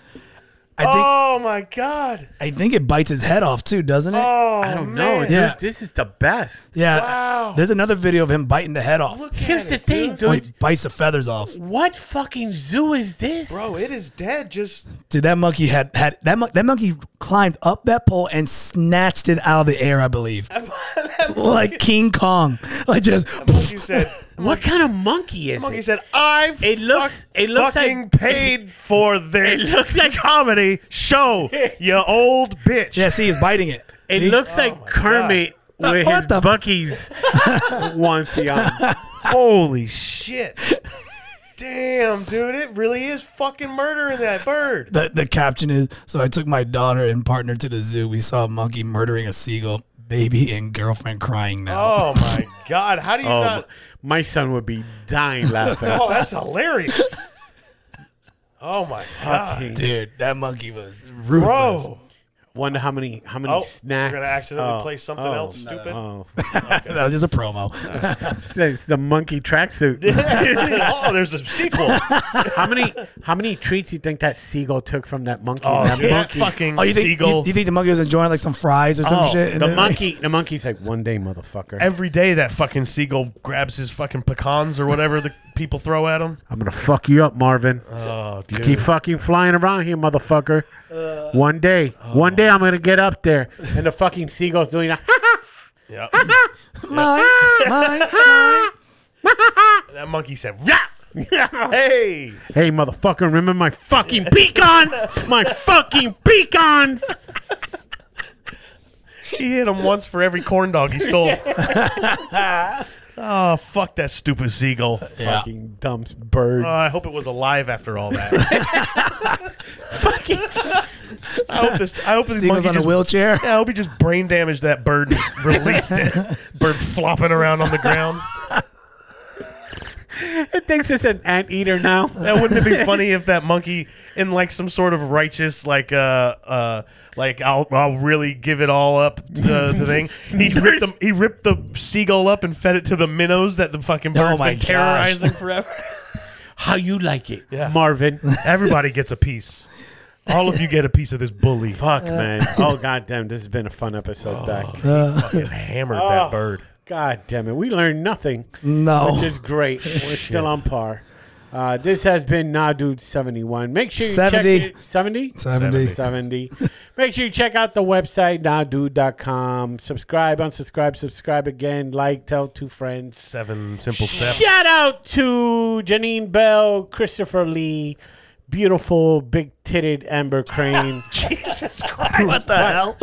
Speaker 1: I think
Speaker 4: oh my god.
Speaker 1: I think it bites his head off too, doesn't it?
Speaker 4: Oh,
Speaker 3: I don't
Speaker 4: man.
Speaker 3: know. Dude,
Speaker 1: Yeah.
Speaker 3: this is the best.
Speaker 1: yeah.
Speaker 4: Wow.
Speaker 1: There's another video of him biting the head off.
Speaker 4: Look
Speaker 3: Here's
Speaker 4: at
Speaker 3: the
Speaker 4: it,
Speaker 3: thing,
Speaker 4: dude.
Speaker 1: Oh,
Speaker 3: dude.
Speaker 1: he bites the feathers off.
Speaker 3: What fucking zoo is this?
Speaker 4: Bro, it is dead. Just
Speaker 1: Dude, that monkey had had that mon- that monkey climbed up that pole and snatched it out of the air, I believe, like King Kong, like just.
Speaker 4: you said
Speaker 3: what kind of monkey is
Speaker 4: Monkey
Speaker 3: it?
Speaker 4: said, "I've
Speaker 3: It looks-
Speaker 4: fuck-
Speaker 3: it looks
Speaker 4: fucking
Speaker 3: like-
Speaker 4: paid for this
Speaker 3: it looks like-
Speaker 4: comedy show, you old bitch."
Speaker 1: Yeah, see, he's biting it.
Speaker 3: It
Speaker 1: See?
Speaker 3: looks like Kermit with
Speaker 1: what
Speaker 3: his
Speaker 1: the-
Speaker 3: Bucky's onesie on.
Speaker 4: Holy shit! Damn, dude, it really is fucking murdering that bird.
Speaker 1: The, the caption is so I took my daughter and partner to the zoo. We saw a monkey murdering a seagull, baby and girlfriend crying now.
Speaker 4: Oh my god, how do you
Speaker 3: Oh,
Speaker 4: not?
Speaker 3: my son would be dying laughing.
Speaker 4: Oh, that's hilarious. Oh my god,
Speaker 3: Fucking-
Speaker 1: Dude, that monkey was ruthless.
Speaker 4: bro!
Speaker 3: Wonder how many how many
Speaker 4: Oh,
Speaker 3: snacks.
Speaker 4: we're gonna accidentally
Speaker 3: oh,
Speaker 4: play something
Speaker 3: oh,
Speaker 4: else stupid.
Speaker 3: Oh,
Speaker 1: that was just a promo.
Speaker 3: it's the monkey tracksuit.
Speaker 4: oh, there's a sequel.
Speaker 3: how many how many treats you think that seagull took from that monkey?
Speaker 4: Oh,
Speaker 3: that
Speaker 4: that
Speaker 3: monkey.
Speaker 4: fucking
Speaker 1: Oh, you think
Speaker 4: seagull.
Speaker 1: you, you think the monkey was enjoying like some fries or some
Speaker 3: Oh,
Speaker 1: shit? and
Speaker 3: the
Speaker 1: then-
Speaker 3: monkey, the monkey's like one day, motherfucker.
Speaker 4: Every day that fucking seagull grabs his fucking pecans or whatever the people throw at him.
Speaker 3: I'm gonna fuck you up, Marvin.
Speaker 4: Oh, Uh.
Speaker 3: You keep fucking flying around here, motherfucker. one day,
Speaker 4: Oh.
Speaker 3: one day, I'm gonna get up there, and the fucking seagull's doing that.
Speaker 4: Yeah.
Speaker 1: Mine, mine, mine.
Speaker 4: That monkey said, "Yeah, hey,
Speaker 3: Hey, motherfucker, remember my fucking pecans? My fucking pecans!
Speaker 4: he hit him once for every corn dog he stole." oh, fuck that stupid seagull!
Speaker 3: Fucking dumb birds.
Speaker 4: Oh, I hope it was alive after all that.
Speaker 3: fucking.
Speaker 4: I hope this. I hope this
Speaker 1: Seagull's
Speaker 4: monkey
Speaker 1: on a
Speaker 4: just,
Speaker 1: wheelchair.
Speaker 4: Yeah, I hope he just brain damaged that bird, and released it, bird flopping around on the ground.
Speaker 3: It thinks it's an anteater now.
Speaker 4: That wouldn't it be funny if that monkey, in like some sort of righteous, like uh, uh, like I'll I'll really give it all up uh, the thing. He ripped the he ripped the seagull up and fed it to the minnows that the fucking
Speaker 1: Oh
Speaker 4: bird's
Speaker 1: my
Speaker 4: been
Speaker 1: gosh.
Speaker 4: terrorizing forever.
Speaker 3: How you like it, Marvin?
Speaker 4: Everybody gets a piece. All of you get a piece of this bully. Uh,
Speaker 3: Fuck, man. Oh, goddamn. This has been a fun episode, Doc.
Speaker 4: Fucking hammered that bird.
Speaker 3: God damn it. We learned nothing,
Speaker 1: No.
Speaker 3: which is great. We're still on par.
Speaker 7: Uh, this has been Nadude seventy one. Make sure you
Speaker 1: 70.
Speaker 7: check it. 70?
Speaker 1: 70.
Speaker 7: 70. Make sure you check out the website, nowdude.com. Subscribe, unsubscribe, subscribe again, like, tell two friends.
Speaker 4: Seven simple steps.
Speaker 7: Shout out to Janine Bell, Christopher Lee, beautiful, big titted Amber Crane.
Speaker 4: Jesus Christ! What the hell?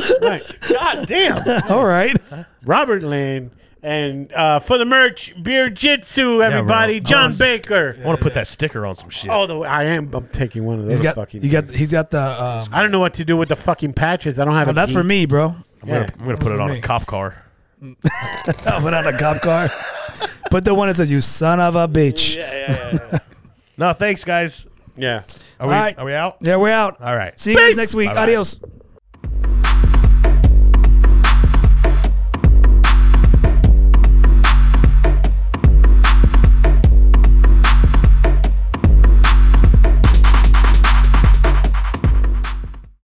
Speaker 4: God damn!
Speaker 1: All right.
Speaker 7: Robert Lynn. And uh, for the merch, Beer Jitsu, everybody.
Speaker 4: bro.
Speaker 7: John
Speaker 4: Oh,
Speaker 7: Baker.
Speaker 4: I want to put that sticker on some shit.
Speaker 7: Oh, the, I am. I'm taking one of those
Speaker 1: He's got,
Speaker 7: fucking.
Speaker 1: you got, he's got the. Um,
Speaker 7: I don't know what to do with the fucking patches. I don't have.
Speaker 1: oh,
Speaker 7: a
Speaker 1: that's
Speaker 7: key.
Speaker 1: for me, bro.
Speaker 4: I'm gonna, I'm gonna put it on
Speaker 1: me.
Speaker 4: a cop car.
Speaker 1: I went on a cop car. Put the one that says, you son of a bitch. Yeah,
Speaker 4: No, thanks, guys.
Speaker 7: Yeah.
Speaker 4: Are we?
Speaker 1: All right.
Speaker 4: Are we out?
Speaker 1: we're out.
Speaker 4: All right.
Speaker 1: See you guys
Speaker 4: Peace.
Speaker 1: next week.
Speaker 4: Bye-bye.
Speaker 1: Adios.